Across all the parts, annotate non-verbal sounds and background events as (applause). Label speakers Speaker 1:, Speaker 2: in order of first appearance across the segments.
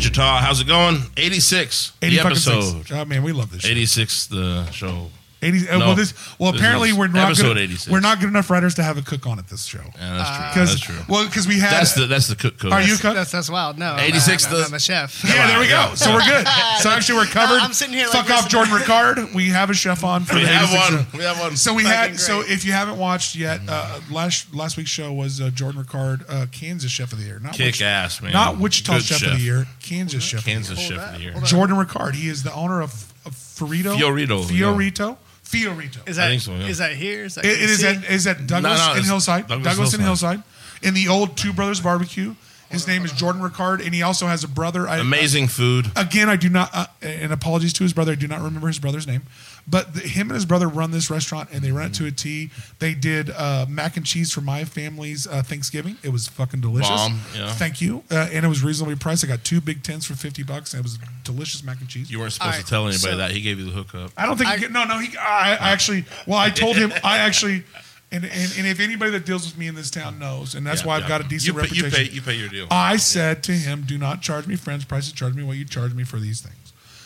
Speaker 1: Utah. How's it going? 86. the
Speaker 2: 80 fucking six.
Speaker 1: episode.
Speaker 2: Oh man, we love this. Shit.
Speaker 1: 86, the show.
Speaker 2: 80, uh,
Speaker 1: No.
Speaker 2: Well, this. Well,
Speaker 1: This
Speaker 2: apparently
Speaker 1: is
Speaker 2: we're not
Speaker 1: episode
Speaker 2: good,
Speaker 1: 86.
Speaker 2: We're not good enough writers to have a cook on at this show.
Speaker 1: Yeah, that's true.
Speaker 2: Because
Speaker 1: that's true.
Speaker 2: well, because we had.
Speaker 1: That's the that's the cook code.
Speaker 2: are you a cook?
Speaker 3: That's that's wild. No, I'm not-
Speaker 1: 86
Speaker 3: I'm, not-
Speaker 1: does-
Speaker 3: I'm a chef.
Speaker 2: yeah, there we go. So we're
Speaker 3: (laughs)
Speaker 2: good. So actually, we're covered.
Speaker 3: Uh, I'm sitting here like
Speaker 2: Fuck
Speaker 3: this.
Speaker 2: off, Jordan Ricard. We have a chef on for
Speaker 1: We
Speaker 2: the
Speaker 1: have
Speaker 2: 86
Speaker 1: one.
Speaker 2: show.
Speaker 1: We have one. Mm.
Speaker 2: So we
Speaker 3: Fucking
Speaker 2: had.
Speaker 3: great.
Speaker 2: So if you haven't watched yet, uh, last last week's show was uh, Jordan Ricard, uh, Kansas Chef of the Year. Not
Speaker 1: Kick
Speaker 2: Wich-
Speaker 1: ass, man.
Speaker 2: Not Wichita
Speaker 1: Good
Speaker 2: chef, of the Year. Kansas Chef. of the Year.
Speaker 1: Kansas Chef of the Year.
Speaker 2: Jordan Ricard. He is the owner of, of Fiorito.
Speaker 1: Fiorito,
Speaker 2: Fiorito. Fiorito.
Speaker 3: (laughs) Is
Speaker 1: I
Speaker 3: that
Speaker 1: think so, yeah.
Speaker 3: is that here? Is that
Speaker 2: It- it is at
Speaker 3: KC?
Speaker 2: is at
Speaker 1: No,
Speaker 2: Douglas
Speaker 1: no,
Speaker 2: in
Speaker 1: it's
Speaker 2: Hillside.
Speaker 1: Douglas
Speaker 2: Douglas, in
Speaker 1: Hillside.
Speaker 2: Hillside. In the old Two Brothers Barbecue. His name is Jordan Ricard, and he also has a brother. I,
Speaker 1: Amazing food.
Speaker 2: Again, I do not. Uh, and apologies to his brother. I do not remember his brother's name. But the, him and his brother run this restaurant, and they run it to a T. They did uh, mac and cheese for my family's uh, Thanksgiving. It was fucking delicious.
Speaker 1: Bomb, yeah.
Speaker 2: Thank you, uh, and it was reasonably priced. I got two big tins for fifty bucks, and it was delicious mac and cheese.
Speaker 1: You weren't supposed
Speaker 3: All
Speaker 1: to
Speaker 3: right,
Speaker 1: tell anybody
Speaker 3: so-
Speaker 1: that. He gave you the hookup.
Speaker 2: I don't think.
Speaker 3: I-
Speaker 2: he, no, no. He, I, I actually. Well, I told him. I actually. And, and, and if anybody that deals with me in this town knows, and that's
Speaker 1: Yeah,
Speaker 2: why I've
Speaker 1: yeah.
Speaker 2: got a decent
Speaker 1: you pay,
Speaker 2: reputation.
Speaker 1: You pay, you pay your deal.
Speaker 2: I said to him, "Do not charge me friends prices. Charge me what you charge me for these things."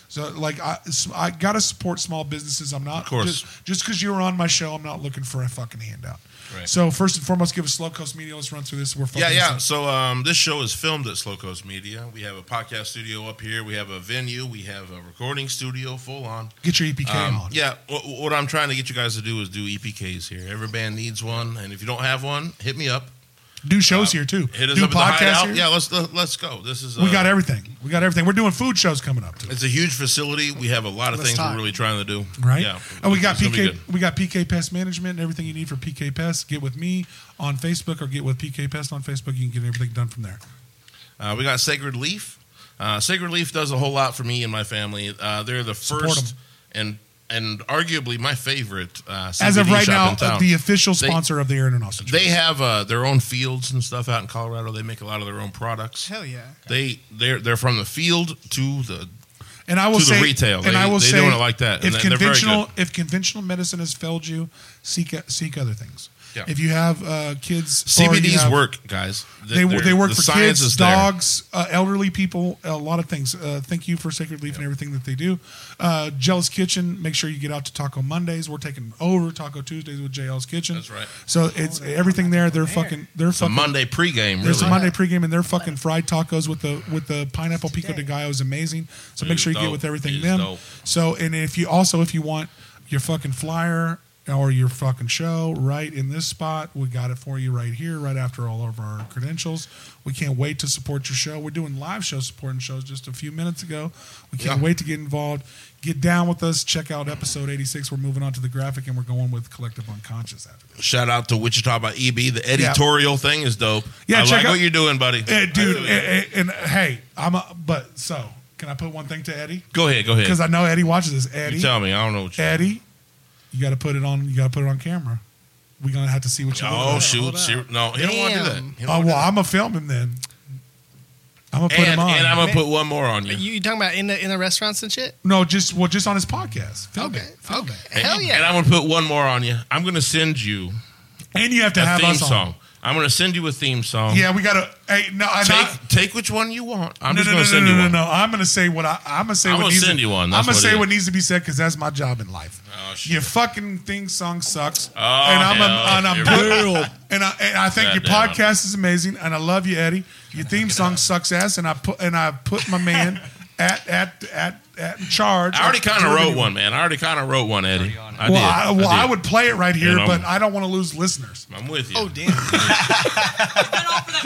Speaker 2: So, like, I, I gotta support small businesses. I'm not
Speaker 1: Of course.
Speaker 2: just just because you were on my show. I'm not looking for a fucking handout.
Speaker 1: Right.
Speaker 2: So first and foremost, give us Slow Coast Media. Let's run through this. We're fucking
Speaker 1: yeah, yeah. So um, this show is filmed at Slow Coast Media. We have a podcast studio up here. We have a venue. We have a recording studio full on.
Speaker 2: Get your EPK
Speaker 1: Um,
Speaker 2: on.
Speaker 1: yeah, what, what I'm trying to get you guys to do is do EPKs here. Every band needs one, and if you don't have one, hit me up.
Speaker 2: Do shows here too.
Speaker 1: Uh, Hit us
Speaker 2: Do
Speaker 1: up at the hideout.
Speaker 2: here.
Speaker 1: Yeah, let's let, let's go. This is
Speaker 2: We
Speaker 1: uh,
Speaker 2: got everything. We got everything. We're doing food shows coming up. Too.
Speaker 1: It's a huge facility. We have a lot of
Speaker 3: Let's
Speaker 1: things
Speaker 3: talk.
Speaker 1: we're really trying to do.
Speaker 2: right?
Speaker 1: Yeah.
Speaker 2: And we got
Speaker 1: It's gonna be
Speaker 2: PK.
Speaker 1: good.
Speaker 2: We got PK Pest Management and everything you need for PK Pest. Get with me on Facebook or get with PK Pest on Facebook. You can get everything done from there.
Speaker 1: Uh, we got Sacred Leaf. Uh, Sacred Leaf does a whole lot for me and my family. Uh, they're the
Speaker 2: Support
Speaker 1: first and and arguably my favorite uh, CBD
Speaker 2: As of right
Speaker 1: shop
Speaker 2: now,
Speaker 1: in town.
Speaker 2: the official
Speaker 1: They-
Speaker 2: sponsor of the Aaron and Austin. Show.
Speaker 1: They have uh, their own fields and stuff out in Colorado. They make a lot of their own products.
Speaker 3: Hell yeah.
Speaker 1: They they're they're from the field to the
Speaker 2: and I will
Speaker 1: to the
Speaker 2: say,
Speaker 1: retail.
Speaker 2: and
Speaker 1: They-
Speaker 2: I will
Speaker 1: they
Speaker 2: say,
Speaker 1: doing it like that, and
Speaker 2: If
Speaker 1: they- they're very
Speaker 2: conventional, if conventional medicine has failed you, seek seek other things.
Speaker 1: Yeah.
Speaker 2: If you have uh, kids, or you
Speaker 1: CBDs
Speaker 2: have-
Speaker 1: work, guys.
Speaker 2: They,
Speaker 1: They're-
Speaker 2: they work
Speaker 1: the
Speaker 2: for
Speaker 1: science
Speaker 2: kids,
Speaker 1: is there.
Speaker 2: dogs, uh, elderly people, a lot of things. Uh, thank you for Sacred Leaf and everything that they do. Uh, Jell's Kitchen, make sure you get out to Taco Mondays. We're taking over Taco Tuesdays with JL's Kitchen.
Speaker 1: That's right.
Speaker 2: So it's everything there. Oh, They're fucking. They're
Speaker 1: It's a
Speaker 2: fucking.
Speaker 1: Monday pregame. Really.
Speaker 2: There's a Monday pregame and they're fucking fried tacos with the with the pineapple pico de gallo is amazing. So make
Speaker 1: It is
Speaker 2: sure you get
Speaker 1: dope.
Speaker 2: with
Speaker 1: It
Speaker 2: everything
Speaker 1: is
Speaker 2: them.
Speaker 1: dope.
Speaker 2: So and if you also if you want your fucking flyer or your fucking show right in this spot, we got it for you right here, right after all of our credentials. We can't wait to support your show. We're doing live show supporting shows just a few minutes ago. We can't
Speaker 1: Yeah.
Speaker 2: wait to get involved. Get down with us. Check out episode 86. We're moving on to the graphic and we're going with Collective Unconscious after this.
Speaker 1: Shout out to Wichita by EB. The editorial thing is dope. I
Speaker 2: Yeah, check
Speaker 1: like
Speaker 2: out-
Speaker 1: what you're doing, buddy.
Speaker 2: Eh, dude,
Speaker 1: I
Speaker 2: and,
Speaker 1: really do.
Speaker 2: and- and, hey, I'm a, but so can I put one thing to Eddie?
Speaker 1: go ahead, go ahead.
Speaker 2: Because I know Eddie watches this.
Speaker 1: You
Speaker 2: Eddie,
Speaker 1: tell me. I don't know what you.
Speaker 2: Eddie, you got to put it on. You got to put it on camera. We're gonna have to see what you. look
Speaker 1: Oh
Speaker 2: like.
Speaker 1: shoot! shoot. No, he don't want to do that.
Speaker 3: Damn.
Speaker 1: He don't
Speaker 2: Oh
Speaker 1: wanna do
Speaker 2: well,
Speaker 1: that.
Speaker 2: I'm gonna film him then. I'm gonna put
Speaker 1: and,
Speaker 2: him on.
Speaker 1: and I'm gonna
Speaker 3: Man.
Speaker 1: put one more on you.
Speaker 3: You, you talking about in the in the restaurants and shit?
Speaker 2: no, just well, just on his podcast. Film
Speaker 3: Okay.
Speaker 2: it. Film it.
Speaker 1: And-
Speaker 3: Hell yeah.
Speaker 1: And I'm gonna put one more on you. I'm gonna send you
Speaker 2: And you have to
Speaker 1: a
Speaker 2: have
Speaker 1: theme
Speaker 2: us on.
Speaker 1: song. I'm gonna send you a theme song.
Speaker 2: Yeah, we gotta. Hey, no, I'm
Speaker 1: Take
Speaker 2: not.
Speaker 1: take which one you want. I'm
Speaker 2: No,
Speaker 1: just
Speaker 2: no,
Speaker 1: gonna
Speaker 2: no, no,
Speaker 1: send
Speaker 2: no,
Speaker 1: you
Speaker 2: no,
Speaker 1: one.
Speaker 2: no. I'm gonna say what I. I'm gonna say.
Speaker 1: I'm
Speaker 2: what
Speaker 1: gonna
Speaker 2: needs
Speaker 1: send
Speaker 2: to,
Speaker 1: you one.
Speaker 2: I'm
Speaker 1: That's
Speaker 2: gonna
Speaker 1: what it
Speaker 2: say
Speaker 1: is.
Speaker 2: what needs to be said because that's my job in life.
Speaker 1: Oh, shit.
Speaker 2: Your fucking thing song sucks.
Speaker 1: Oh,
Speaker 2: and I'm
Speaker 1: hell,
Speaker 2: and I'm
Speaker 1: here
Speaker 2: put- and I, and I think
Speaker 1: God
Speaker 2: your
Speaker 1: damn it.
Speaker 2: podcast is amazing, and I love you, Eddie. Your theme song sucks ass, and I put and I put my
Speaker 1: (laughs)
Speaker 2: man at at at at in charge.
Speaker 1: I already kind of wrote
Speaker 2: Contributing.
Speaker 1: one, man. I already kind of wrote one, Eddie. I
Speaker 2: Well,
Speaker 1: did.
Speaker 2: I, well, I,
Speaker 1: did.
Speaker 2: would play it right here,
Speaker 1: You know.
Speaker 2: but I don't want to lose listeners.
Speaker 1: I'm with you.
Speaker 2: (laughs)
Speaker 3: oh damn.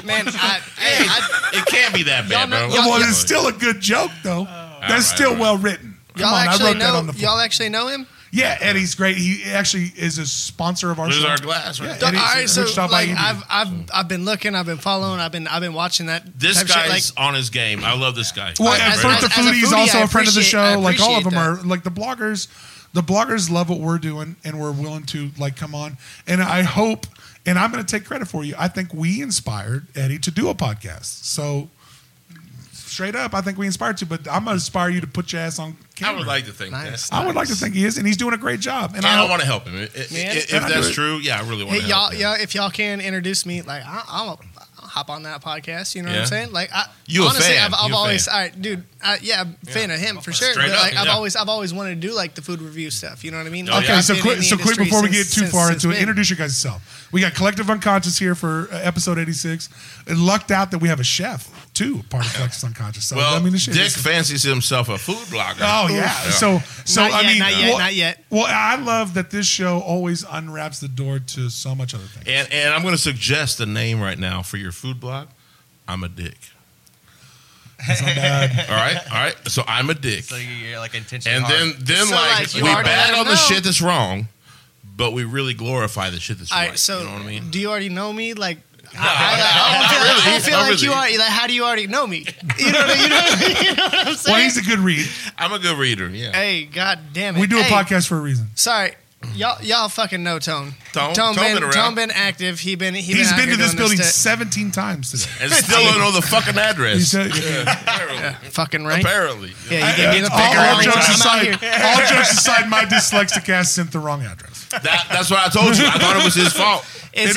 Speaker 3: Man, I, hey, I,
Speaker 1: It can't be that
Speaker 3: Y'all
Speaker 1: bad,
Speaker 3: know-
Speaker 1: bro.
Speaker 3: y'all-
Speaker 2: well,
Speaker 3: yeah.
Speaker 2: it's still a good joke though. That's
Speaker 1: right,
Speaker 2: still
Speaker 1: all right.
Speaker 2: well written. Come
Speaker 3: y'all
Speaker 2: on, I
Speaker 3: actually
Speaker 2: wrote that
Speaker 3: know
Speaker 2: on the
Speaker 3: y'all
Speaker 2: fly.
Speaker 3: actually know him.
Speaker 2: Yeah, Eddie's great. He actually is a sponsor of our
Speaker 1: There's
Speaker 2: show.
Speaker 1: our glass right
Speaker 2: Yeah,
Speaker 1: there.
Speaker 2: Eddie's
Speaker 3: All right, so
Speaker 2: reached out by
Speaker 3: like
Speaker 2: email.
Speaker 3: I've I've I've been looking, I've been following, I've been I've been watching that.
Speaker 1: This
Speaker 3: type of shit,
Speaker 1: guy's on his game. I love this guy.
Speaker 2: Well,
Speaker 3: Like,
Speaker 2: and
Speaker 3: as-
Speaker 2: Fruit
Speaker 3: as-
Speaker 2: the
Speaker 3: as a
Speaker 2: Foodie is
Speaker 3: foodie,
Speaker 2: also
Speaker 3: I
Speaker 2: a friend of the
Speaker 3: appreciate-
Speaker 2: show.
Speaker 3: I
Speaker 2: Like all of them
Speaker 3: appreciate
Speaker 2: are. Like the bloggers, the bloggers love what we're doing, and we're willing to like come on. And I hope, and I'm going to take credit for you. I think we inspired Eddie to do a podcast. So straight up, I think we inspired you. But I'm going to inspire you to put your ass on
Speaker 1: I
Speaker 2: camera.
Speaker 1: would like to think
Speaker 3: Nice.
Speaker 1: that.
Speaker 2: I would like to think he is, and he's doing a great job. And
Speaker 1: I
Speaker 2: I
Speaker 1: don't want to help him. I- I- If,
Speaker 3: Man.
Speaker 2: Can I do
Speaker 1: that's
Speaker 2: it?
Speaker 1: true, yeah, I really want
Speaker 3: Hey,
Speaker 1: to
Speaker 3: y'all,
Speaker 1: help. him.
Speaker 3: y'all, if y'all can introduce me, like I, I'm a, I'll hop on that podcast. You know what
Speaker 1: Yeah.
Speaker 3: I'm saying? Like I,
Speaker 1: You a
Speaker 3: honestly,
Speaker 1: fan.
Speaker 3: I've, I've
Speaker 1: You a
Speaker 3: always,
Speaker 1: fan.
Speaker 3: all right, dude, I, yeah, I'm a fan of him for sure.
Speaker 1: Straight
Speaker 3: but
Speaker 1: up,
Speaker 3: like, I've
Speaker 1: yeah.
Speaker 3: always, I've always wanted to do like the food review stuff. You know what I mean?
Speaker 1: Oh,
Speaker 3: Like,
Speaker 2: Okay,
Speaker 1: yeah.
Speaker 3: I've
Speaker 2: so
Speaker 3: been
Speaker 2: quick,
Speaker 3: in the
Speaker 2: so quick
Speaker 3: industry
Speaker 2: before we get
Speaker 3: since-
Speaker 2: too
Speaker 3: since-
Speaker 2: far
Speaker 3: since
Speaker 2: into it,
Speaker 3: then.
Speaker 2: introduce your guys yourself. We got Collective Unconscious here for uh, episode 86. And lucked out that we have a chef, too, part of Collective Unconscious. So,
Speaker 1: Well,
Speaker 2: I mean, the shit
Speaker 1: Dick
Speaker 2: is-
Speaker 1: fancies himself a food blogger.
Speaker 2: Oh yeah. So so
Speaker 3: Not
Speaker 2: I
Speaker 3: yet,
Speaker 2: mean,
Speaker 3: not yet,
Speaker 2: well,
Speaker 3: not yet.
Speaker 2: Well, I love that this show always unwraps the door to so much other things.
Speaker 1: And and I'm going to suggest a name right now for your food blog. I'm a dick.
Speaker 2: It's not bad.
Speaker 3: (laughs)
Speaker 1: All (laughs) right, all right. So I'm a dick.
Speaker 4: So you're, you're like intentionally.
Speaker 1: And
Speaker 4: hard.
Speaker 1: then then
Speaker 3: So,
Speaker 1: like,
Speaker 3: like,
Speaker 1: we
Speaker 3: you already
Speaker 1: bad
Speaker 3: let 'em
Speaker 1: on the
Speaker 3: know.
Speaker 1: shit that's wrong, but we really glorify the shit that's
Speaker 3: All
Speaker 1: right.
Speaker 3: right, so
Speaker 1: you know what I mean?
Speaker 3: do you already know me? Like, I,
Speaker 1: not
Speaker 3: I, I, I,
Speaker 1: really,
Speaker 3: feel, I feel
Speaker 1: not
Speaker 3: like you
Speaker 1: really.
Speaker 3: are. Like, how do you already know me? You know, what- you know, what- (laughs) you know what I'm saying?
Speaker 2: well, he's a good read.
Speaker 1: I'm a good reader. Yeah.
Speaker 3: hey, god damn it!
Speaker 2: We do a
Speaker 3: Hey,
Speaker 2: podcast for a reason.
Speaker 3: Sorry, y'all, y'all fucking know Tone.
Speaker 1: Tone- Tone
Speaker 3: been,
Speaker 1: been around.
Speaker 3: Tone been active. He been, he
Speaker 2: He's
Speaker 3: out
Speaker 2: been
Speaker 3: here
Speaker 2: to this
Speaker 3: doing
Speaker 2: building
Speaker 3: stuff.
Speaker 2: 17 times today.
Speaker 1: And still don't know the fucking
Speaker 2: He (laughs)
Speaker 1: address.
Speaker 2: said-
Speaker 1: Apparently.
Speaker 3: fucking
Speaker 1: (laughs)
Speaker 3: right.
Speaker 1: Apparently.
Speaker 3: Yeah, you gave me the
Speaker 2: all,
Speaker 3: finger.
Speaker 2: all
Speaker 3: every
Speaker 2: jokes
Speaker 3: time. I'm out
Speaker 2: aside,
Speaker 3: here.
Speaker 2: all jokes aside, my (laughs) dyslexic ass sent the wrong address.
Speaker 1: That, that's what I told you. I thought it was his fault.
Speaker 3: It's,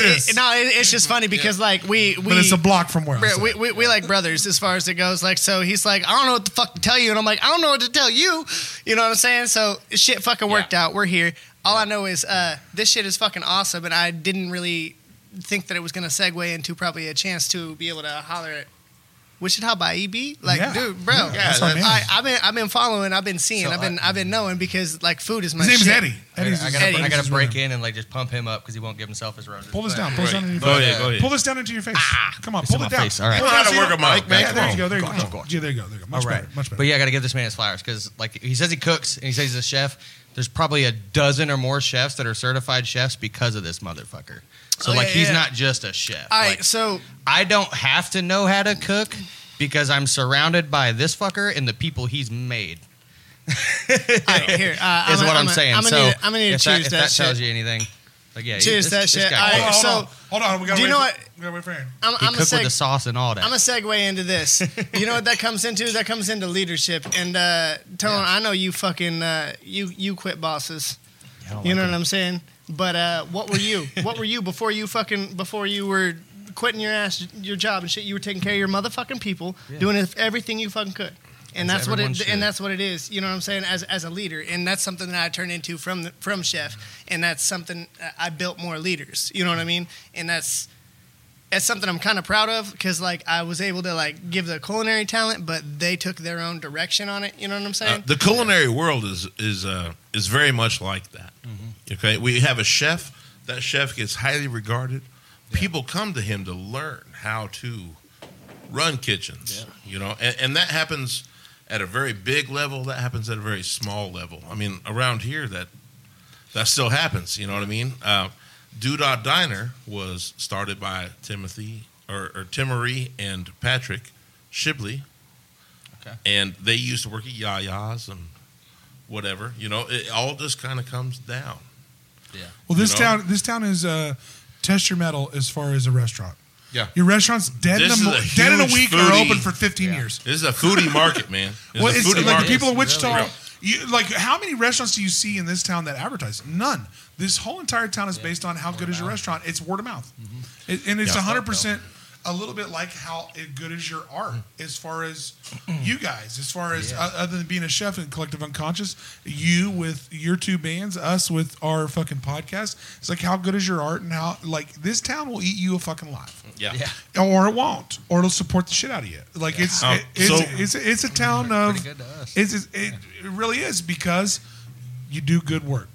Speaker 2: (laughs) It is.
Speaker 3: it- no, it, it's just funny because like we we
Speaker 2: But it's a block from where I
Speaker 3: Bro,
Speaker 2: was
Speaker 3: we,
Speaker 2: at.
Speaker 3: we, we like brothers as far as it goes. Like, so he's like, I don't know what the fuck to tell you. And I'm like, I don't know what to tell you. You know what I'm saying? So shit fucking worked out. We're here. All I know is uh, this shit is fucking awesome. And I didn't really think that it was going to segue into probably a chance to be able to holler at Wichita by EB. Like,
Speaker 2: Yeah.
Speaker 3: dude, bro.
Speaker 2: Yeah, that's what I mean. uh,
Speaker 3: I, I've been I've been following, I've been seeing,
Speaker 4: So
Speaker 3: I've been I, have been knowing because like food is my
Speaker 2: His name is
Speaker 3: shit.
Speaker 2: Eddie.
Speaker 4: I
Speaker 2: Eddie's
Speaker 4: gotta, I gotta,
Speaker 3: Eddie.
Speaker 4: I gotta
Speaker 2: his
Speaker 4: break
Speaker 2: name.
Speaker 4: in and like just pump him up because he won't give himself his roses.
Speaker 2: Pull this
Speaker 4: But-
Speaker 2: down. Pull this down.
Speaker 1: Right.
Speaker 2: in your
Speaker 1: Go
Speaker 2: face.
Speaker 1: ahead, go ahead.
Speaker 2: Pull this down into your face. Come on,
Speaker 4: It's in
Speaker 2: pull it
Speaker 4: my
Speaker 2: down.
Speaker 4: face. All right.
Speaker 2: Pull it
Speaker 1: I know
Speaker 2: down
Speaker 1: how to
Speaker 2: so you
Speaker 1: work
Speaker 2: don't-
Speaker 1: a mic, man.
Speaker 2: Yeah, there you go. There you go.
Speaker 4: Gotcha, gotcha.
Speaker 2: Yeah, there you go. There you go. Much
Speaker 4: All right.
Speaker 2: better. Much better.
Speaker 4: But yeah, I got to give this man his flowers because, like, he says he cooks and he says he's a chef. There's probably a dozen or more chefs that are certified chefs because of this motherfucker. So,
Speaker 3: Oh,
Speaker 4: like,
Speaker 3: yeah,
Speaker 4: he's
Speaker 3: yeah.
Speaker 4: not just a chef.
Speaker 3: All right,
Speaker 4: Like,
Speaker 3: so
Speaker 4: I don't have to know how to cook because I'm surrounded by this fucker and the people he's made.
Speaker 3: all right, here uh,
Speaker 4: (laughs) Is
Speaker 3: I'm
Speaker 4: what
Speaker 3: gonna-
Speaker 4: I'm,
Speaker 3: gonna-
Speaker 4: saying.
Speaker 3: I'm
Speaker 4: so,
Speaker 3: gonna need, I'm gonna need
Speaker 4: if
Speaker 3: to choose
Speaker 4: if
Speaker 3: that, shit.
Speaker 4: tells you anything, like, yeah,
Speaker 3: Choose
Speaker 4: this,
Speaker 3: that
Speaker 4: this
Speaker 3: shit. All
Speaker 4: guy
Speaker 3: right,
Speaker 4: cooks.
Speaker 2: Hold on, hold on.
Speaker 3: so-
Speaker 2: Hold on. We gotta
Speaker 3: Do you
Speaker 2: wait
Speaker 3: know
Speaker 2: for-
Speaker 3: what-
Speaker 2: We gotta wait for him.
Speaker 3: I'm,
Speaker 4: He
Speaker 3: I'm gonna
Speaker 4: cooked with
Speaker 3: say
Speaker 4: the sauce and all that.
Speaker 3: I'm gonna segue into this. You know what that comes into? That comes into leadership. And uh, Tone, I know you fucking uh, you you quit bosses.
Speaker 4: I don't
Speaker 3: You
Speaker 4: like
Speaker 3: know
Speaker 4: him.
Speaker 3: what I'm saying? But uh, what were you? what were you before you fucking before you were quitting your ass your job and shit? You were taking care of your motherfucking people,
Speaker 4: Yeah.
Speaker 3: doing everything you fucking could. And
Speaker 4: As
Speaker 3: that's what
Speaker 4: everyone
Speaker 3: it
Speaker 4: should.
Speaker 3: and that's what it is. You know what I'm saying? As as a leader, and that's something that I turned into from the, from chef, and that's something uh, I built more leaders. You know what I mean? And that's that's something I'm kind of proud of because like I was able to like give the culinary talent, but they took their own direction on it. You know what I'm
Speaker 1: Uh,
Speaker 3: saying?
Speaker 1: the culinary world is is uh, is very much like that. Okay, we have a chef. That chef gets highly regarded. People come to him to learn how to run kitchens. You know, and, and that happens at a very big level. That happens at a very small level. I mean, around here, that that still happens. You know what I mean? Uh, Doodah Diner was started by Timothy or, or Timory and Patrick Shibley.
Speaker 4: Okay.
Speaker 1: And they used to work at Yaya's and whatever. You know, it all just kind of comes down.
Speaker 2: Well, this
Speaker 1: You know?
Speaker 2: town, this town is uh, test your metal as far as a restaurant.
Speaker 1: Yeah.
Speaker 2: your restaurant's dead
Speaker 1: This
Speaker 2: in a,
Speaker 1: is
Speaker 2: mo-
Speaker 1: a
Speaker 2: dead in a
Speaker 1: huge
Speaker 2: week or
Speaker 1: foodie-
Speaker 2: open for fifteen years.
Speaker 1: This is a
Speaker 2: (laughs)
Speaker 1: foodie market, man. This
Speaker 2: well,
Speaker 1: is a
Speaker 2: it's
Speaker 1: foodie
Speaker 2: like
Speaker 1: market.
Speaker 2: the people in
Speaker 4: It's
Speaker 2: Wichita.
Speaker 1: really-
Speaker 2: You, like, how many restaurants do you see in this town that advertise? None. This whole entire town is based on how good is your restaurant. It's word of mouth, It- and it's
Speaker 1: Yeah.
Speaker 2: hundred percent. A little bit like how it- good is your art, as far as you guys, as far as uh, other than being a chef and collective unconscious, you with your two bands, us with our fucking podcast. It's like how good is your art, and how like this town will eat you a fucking life
Speaker 1: Yeah.
Speaker 4: Yeah.
Speaker 2: or it won't, or it'll support the shit out of you. Like it's
Speaker 1: Um,
Speaker 2: it- it's,
Speaker 1: so-
Speaker 2: it's it's a town
Speaker 4: Pretty
Speaker 2: of
Speaker 4: good to us.
Speaker 2: it's, it's it, it really is because you do good work.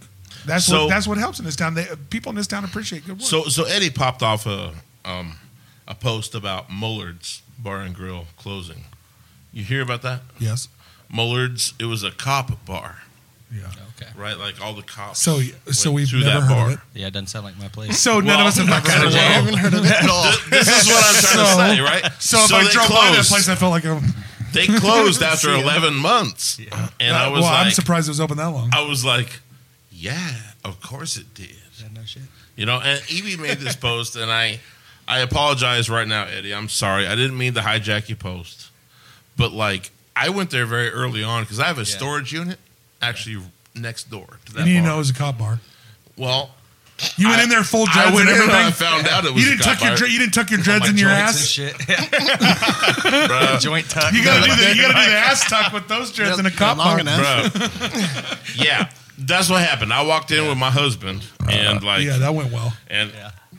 Speaker 2: That's
Speaker 1: So-
Speaker 2: what that's what helps in this town. They, people in this town appreciate good work.
Speaker 1: So, so Eddie popped off a um, a post about Mullard's Bar and Grill closing. You hear about that?
Speaker 2: yes,
Speaker 1: Mullard's. It was a cop bar,
Speaker 2: yeah.
Speaker 3: (laughs)
Speaker 4: Okay.
Speaker 1: right? Like all the cops.
Speaker 2: So so
Speaker 1: went
Speaker 2: we've
Speaker 1: to that
Speaker 2: never heard
Speaker 1: bar.
Speaker 2: of it.
Speaker 4: Yeah, it doesn't sound like my place.
Speaker 2: So none of us have
Speaker 1: Well,
Speaker 2: ever heard of
Speaker 1: well,
Speaker 2: it.
Speaker 3: heard of it at all.
Speaker 1: This is what I'm trying
Speaker 2: So-
Speaker 1: to say, right?
Speaker 2: (laughs) So if I
Speaker 1: they
Speaker 2: drove by that
Speaker 1: closed.
Speaker 2: place, I felt like a,
Speaker 1: they closed
Speaker 2: (laughs)
Speaker 1: after
Speaker 2: See ya.
Speaker 1: 11 months, and I was
Speaker 2: uh, well, I'm
Speaker 1: like,
Speaker 2: surprised it was open that long.
Speaker 1: I was like, yeah, of course it did.
Speaker 4: Yeah, no shit.
Speaker 1: You know, and Evie made this post, and I, I apologize right now, Eddie. I'm sorry. I didn't mean to hijack your post, but like I went there very early on because I have a storage unit actually next door to that.
Speaker 2: You need to
Speaker 1: bar.
Speaker 2: know it was a cop bar.
Speaker 1: Well,
Speaker 2: You went in there full dreads
Speaker 1: I went
Speaker 2: and
Speaker 1: in and
Speaker 2: everything.
Speaker 1: I found out it was a
Speaker 2: you didn't tuck your
Speaker 1: cockfight.
Speaker 2: dre- you
Speaker 1: (laughs)
Speaker 2: didn't tuck your dreads in your ass.
Speaker 4: Joint tuck.
Speaker 1: (laughs)
Speaker 2: You gotta do the you gotta do the ass tuck with those dreads in a cop
Speaker 3: long
Speaker 2: bar. (laughs)
Speaker 3: enough.
Speaker 1: Bruh. yeah, that's what happened. I walked in with my husband and like
Speaker 2: Yeah, that went well.
Speaker 1: and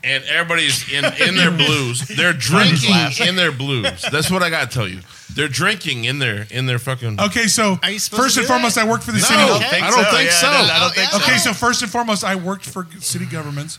Speaker 1: and everybody's in in
Speaker 2: (laughs)
Speaker 1: their blues. They're drinking in their blues. That's what I gotta tell you. They're drinking in their in their fucking.
Speaker 2: Okay, so
Speaker 3: Are you supposed
Speaker 2: first
Speaker 3: to
Speaker 2: and
Speaker 3: do
Speaker 2: foremost,
Speaker 3: that?
Speaker 2: I work for the
Speaker 1: No,
Speaker 2: city.
Speaker 1: I don't think so.
Speaker 4: I don't
Speaker 3: Oh,
Speaker 4: think
Speaker 3: yeah.
Speaker 4: so.
Speaker 2: Okay, so first and foremost, I worked for city governments.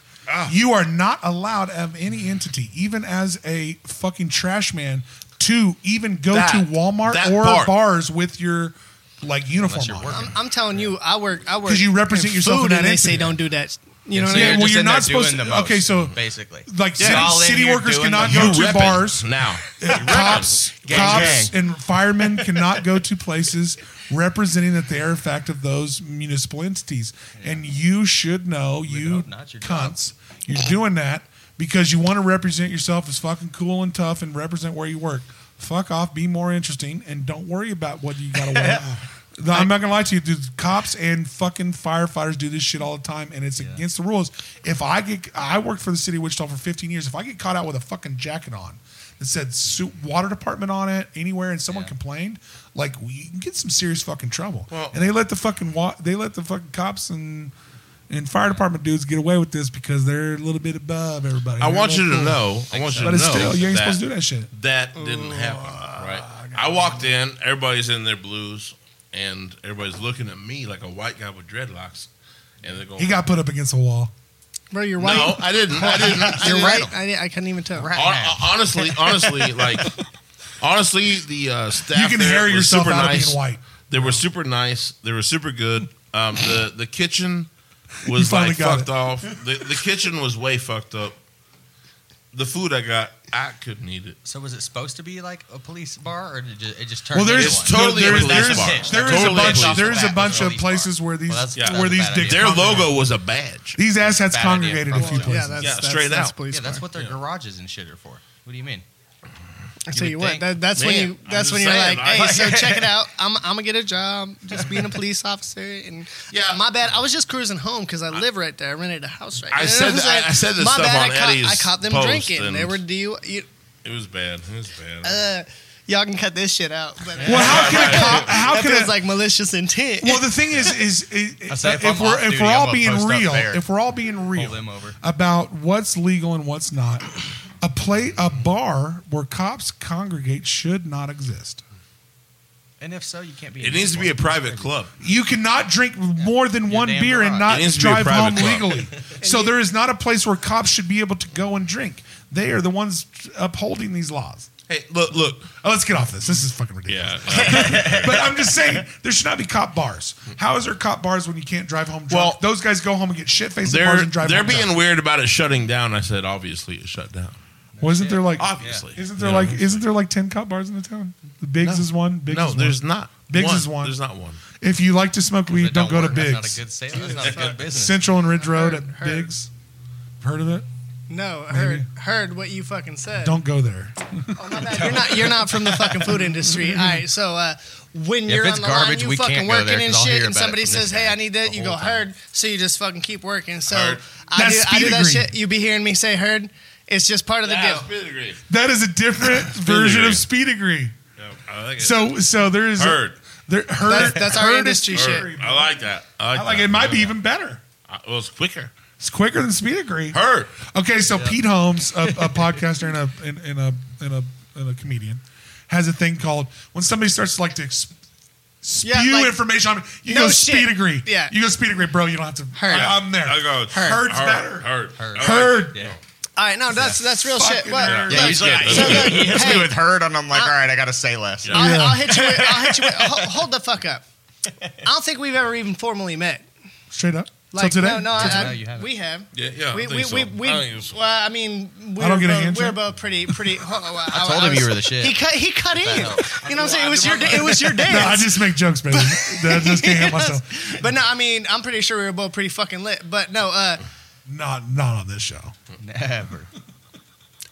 Speaker 2: You are not allowed of any entity, even as a fucking trash man, to even go
Speaker 1: That-
Speaker 2: to Walmart
Speaker 1: that
Speaker 2: or
Speaker 1: part.
Speaker 2: bars with your like uniform
Speaker 4: you're
Speaker 2: on.
Speaker 4: working.
Speaker 3: I'm, I'm telling you, I work. I work
Speaker 2: 'Cause you represent
Speaker 3: in
Speaker 2: yourself
Speaker 3: food
Speaker 2: in that
Speaker 3: and they say
Speaker 2: entity.
Speaker 3: don't do that. You know
Speaker 4: So
Speaker 3: what I mean?
Speaker 2: Yeah, well,
Speaker 4: just
Speaker 2: you're
Speaker 4: in there
Speaker 2: not supposed
Speaker 4: doing
Speaker 2: to-
Speaker 4: the most,
Speaker 2: okay, so-
Speaker 4: basically,
Speaker 2: Like
Speaker 4: You're all in
Speaker 2: city, city
Speaker 4: here
Speaker 2: workers
Speaker 4: doing
Speaker 2: cannot
Speaker 4: the
Speaker 2: go
Speaker 1: You
Speaker 2: to
Speaker 1: repping
Speaker 2: bars. (laughs)
Speaker 1: now.
Speaker 2: Cops,
Speaker 4: Gang,
Speaker 2: cops, and firemen cannot go to places representing that they are in fact of those municipal entities. And you should know, you
Speaker 4: hope not, your job.
Speaker 2: cunts, you're doing that because you want to represent yourself as fucking cool and tough and represent where you work. Fuck off, be more interesting, and don't worry about what you gotta wear. No, I'm not gonna lie to you, dude. Cops and fucking firefighters do this shit all the time, and it's against the rules. If I get, I worked for the city of Wichita for 15 years. If I get caught out with a fucking jacket on that said su- water department on it anywhere, and someone complained, like we can get some serious fucking trouble.
Speaker 1: Well-
Speaker 2: and they let the fucking wa- they let the fucking cops and and fire department dudes get away with this because they're a little bit above everybody.
Speaker 1: I
Speaker 2: They're
Speaker 1: want
Speaker 2: a little
Speaker 1: you to
Speaker 2: cool.
Speaker 1: know. I want you to know.
Speaker 2: But it's still, you ain't
Speaker 1: that-
Speaker 2: supposed to do that shit.
Speaker 1: that didn't happen, right? I walked in, everybody's in their blues, and everybody's looking at me like a white guy with dreadlocks, and they're going.
Speaker 2: He got put up against a wall.
Speaker 3: Bro, you're white.
Speaker 1: no, I didn't. I didn't.
Speaker 2: (laughs)
Speaker 1: I
Speaker 3: You're
Speaker 1: didn't.
Speaker 3: right. I, didn't- I couldn't even tell.
Speaker 4: Right.
Speaker 1: Hon- honestly,
Speaker 3: (laughs)
Speaker 1: honestly, like honestly, the uh, staff
Speaker 2: You can
Speaker 1: there
Speaker 2: hear
Speaker 1: was
Speaker 2: yourself
Speaker 1: super
Speaker 2: out of
Speaker 1: nice.
Speaker 2: being white.
Speaker 1: They were super nice. They were super good. Um, the the kitchen
Speaker 2: You
Speaker 1: was
Speaker 2: finally
Speaker 1: like
Speaker 2: got
Speaker 1: fucked
Speaker 2: it.
Speaker 1: off. The the kitchen was way fucked up. The food I got, I couldn't eat it.
Speaker 4: So was it supposed to be like a police bar, or did it just, it just turned?
Speaker 2: Well, there's
Speaker 1: It's totally
Speaker 2: there-
Speaker 1: a police
Speaker 2: there's-
Speaker 1: bar.
Speaker 2: there is
Speaker 1: Totally
Speaker 2: a bunch.
Speaker 1: a police
Speaker 2: there is a
Speaker 4: bar.
Speaker 2: bunch of
Speaker 4: Police bar.
Speaker 2: places where these
Speaker 4: Well, that's- yeah,
Speaker 2: where
Speaker 4: that's a
Speaker 2: these
Speaker 4: bad
Speaker 2: dicks
Speaker 4: idea.
Speaker 1: Their
Speaker 4: Probably
Speaker 1: logo was a badge.
Speaker 2: these asshats
Speaker 4: Bad idea,
Speaker 2: congregated a
Speaker 4: probably.
Speaker 2: few
Speaker 4: Yeah,
Speaker 2: places.
Speaker 3: Yeah, that's,
Speaker 1: Yeah,
Speaker 3: that's,
Speaker 1: straight
Speaker 3: that's
Speaker 1: out.
Speaker 3: Police
Speaker 4: yeah, that's
Speaker 3: bar.
Speaker 4: what their garages and shit are for. What do you mean?
Speaker 3: I tell
Speaker 4: would
Speaker 3: you what,
Speaker 4: think.
Speaker 3: that, that's
Speaker 1: Man,
Speaker 3: when you
Speaker 1: I'm
Speaker 3: that's
Speaker 1: just
Speaker 3: when you're
Speaker 1: saying,
Speaker 3: like, hey,
Speaker 1: I-
Speaker 3: so check it out. I'm I'm gonna get a job, just being a police officer. And
Speaker 1: Yeah.
Speaker 3: my bad. I was just cruising home because I live right there. I rented a house right.
Speaker 1: I
Speaker 3: there.
Speaker 1: said
Speaker 3: And was
Speaker 1: that- I- I said this
Speaker 3: my
Speaker 1: stuff
Speaker 3: bad,
Speaker 1: on
Speaker 3: I caught,
Speaker 1: Eddie's
Speaker 3: I caught them
Speaker 1: post
Speaker 3: drinking. They
Speaker 1: and-
Speaker 3: were do you,
Speaker 1: It was bad. It was bad.
Speaker 3: uh, y'all can cut this shit out. But
Speaker 2: Well, how can a cop? How
Speaker 3: that
Speaker 2: can
Speaker 3: feels
Speaker 2: a,
Speaker 3: like malicious intent.
Speaker 2: Well, the thing is, is, is
Speaker 4: (laughs) I said,
Speaker 2: if,
Speaker 4: if I'm
Speaker 2: we're
Speaker 4: off
Speaker 2: if
Speaker 4: duty,
Speaker 2: we're
Speaker 4: I'm
Speaker 2: all
Speaker 4: gonna
Speaker 2: being
Speaker 4: post up
Speaker 2: real,
Speaker 4: there.
Speaker 2: if we're all being real
Speaker 4: them over.
Speaker 2: about what's legal and what's not, a play a bar where cops congregate should not exist.
Speaker 4: And if so, you can't be.
Speaker 1: it needs to be a private club.
Speaker 2: You cannot drink more than one
Speaker 4: damn
Speaker 2: beer and
Speaker 4: right.
Speaker 2: not
Speaker 1: It needs to be a
Speaker 2: drive home
Speaker 1: private club.
Speaker 2: legally.
Speaker 1: (laughs)
Speaker 2: so there is not a place where cops should be able to go and drink. They are the ones upholding these laws.
Speaker 1: Hey, look, look.
Speaker 2: Oh, let's get off this. This is fucking ridiculous.
Speaker 1: Yeah. (laughs)
Speaker 2: but I'm just saying there should not be cop bars. How is there cop bars when you can't drive home drunk?
Speaker 1: Well,
Speaker 2: Those guys go home and get shit faced at bars
Speaker 1: they're
Speaker 2: and drive
Speaker 1: they're
Speaker 2: home
Speaker 1: being
Speaker 2: drunk.
Speaker 1: weird about it shutting down. I said, obviously, it shut down.
Speaker 2: Wasn't there like
Speaker 1: Obviously.
Speaker 2: Isn't there
Speaker 1: You know?
Speaker 2: like isn't there like ten cop bars in the town? The Biggs
Speaker 1: No.
Speaker 2: is one. Biggs
Speaker 1: no,
Speaker 2: is
Speaker 1: there's
Speaker 2: one.
Speaker 1: not.
Speaker 2: Biggs
Speaker 1: one.
Speaker 2: is one.
Speaker 1: There's not one.
Speaker 2: If you like to smoke weed,
Speaker 4: That
Speaker 2: don't, go to
Speaker 4: work.
Speaker 2: Biggs.
Speaker 4: That's not a good sale. That's not a good business.
Speaker 2: Central and Ridge Road at
Speaker 3: Heard, heard.
Speaker 2: Biggs. Heard of it?
Speaker 3: no, heard heard what you fucking said.
Speaker 2: Don't go there.
Speaker 3: Oh, my bad. You're not you're not from the fucking food
Speaker 4: (laughs)
Speaker 3: industry. All right, so uh, when
Speaker 4: If
Speaker 3: you're
Speaker 4: it's
Speaker 3: on the
Speaker 4: garbage,
Speaker 3: line, you
Speaker 4: we
Speaker 3: fucking
Speaker 4: can't go
Speaker 3: working
Speaker 4: there 'cause
Speaker 3: and
Speaker 4: I'll hear
Speaker 3: shit, and
Speaker 4: about it
Speaker 3: somebody
Speaker 4: from this
Speaker 3: says, "Hey,
Speaker 4: guy
Speaker 3: I need that,"
Speaker 4: the
Speaker 3: you go
Speaker 4: whole time.
Speaker 3: heard. So you just fucking keep working. So
Speaker 1: Heard.
Speaker 3: I do,
Speaker 2: That's
Speaker 3: I do that
Speaker 2: speed
Speaker 3: shit. You be hearing me say heard. It's just part of the deal.
Speaker 2: That is a different version of speed degree.
Speaker 1: I like it.
Speaker 2: So so there is
Speaker 1: Heard.
Speaker 2: There, heard
Speaker 3: That's- that's our
Speaker 2: heard is-
Speaker 3: industry shit.
Speaker 1: Heard. I like that. I like,
Speaker 2: I like
Speaker 1: that.
Speaker 2: it might be even better.
Speaker 1: I- Well, it's quicker.
Speaker 2: It's quicker than speed degree.
Speaker 1: Heard.
Speaker 2: Okay, so Pete Holmes,
Speaker 1: (laughs)
Speaker 2: a, a podcaster and a and, and a and a and a comedian, has a thing called when somebody starts to like to ex- spew
Speaker 3: Yeah, like-
Speaker 2: information on me. You
Speaker 3: No
Speaker 2: go
Speaker 3: shit.
Speaker 2: speed degree.
Speaker 3: Yeah.
Speaker 2: you go speed degree, bro. You don't have to.
Speaker 3: Heard.
Speaker 2: I, am there.
Speaker 1: I go.
Speaker 3: Heard.
Speaker 2: Heard's
Speaker 1: Heard.
Speaker 2: better.
Speaker 1: Heard.
Speaker 4: Heard.
Speaker 1: I like
Speaker 2: Heard.
Speaker 1: it.
Speaker 4: Yeah.
Speaker 3: All right, no, that's that's real
Speaker 2: Fucking
Speaker 3: shit. What?
Speaker 2: heard.
Speaker 5: Yeah,
Speaker 3: look,
Speaker 5: he's
Speaker 1: good.
Speaker 5: like,
Speaker 1: So
Speaker 5: (laughs)
Speaker 3: look,
Speaker 5: he hits
Speaker 3: hey.
Speaker 5: me with hurt, and I'm like, all right, I gotta say less.
Speaker 1: Yeah.
Speaker 3: I'll,
Speaker 2: Yeah.
Speaker 3: I'll hit you. With, I'll hit you.
Speaker 4: (laughs)
Speaker 3: With, hold, hold the fuck up. I don't think we've ever even formally met.
Speaker 2: Straight up.
Speaker 3: Like
Speaker 2: so today,
Speaker 3: no, no, I,
Speaker 4: today?
Speaker 3: I-
Speaker 4: No, you haven't.
Speaker 3: we have.
Speaker 1: Yeah, yeah, I
Speaker 3: We,
Speaker 1: think
Speaker 3: we,
Speaker 1: so.
Speaker 3: we, we,
Speaker 1: I don't think so.
Speaker 3: well, I mean, we
Speaker 2: don't
Speaker 3: were
Speaker 2: get a
Speaker 3: both-
Speaker 2: handshake?
Speaker 3: We were both pretty,
Speaker 4: (laughs)
Speaker 3: pretty. Hold on, I,
Speaker 4: told
Speaker 3: I
Speaker 4: him
Speaker 3: was-
Speaker 4: you were the shit.
Speaker 3: He cut, he cut in. You know what I'm saying? It was your, da- it was your dance.
Speaker 2: No, I just make jokes,
Speaker 3: (laughs)
Speaker 2: baby. I just can't help
Speaker 3: Yes.
Speaker 2: myself.
Speaker 3: But no, I mean, I'm pretty sure we were both pretty fucking lit. But no, uh,
Speaker 2: Not not on this show.
Speaker 4: (laughs) Never.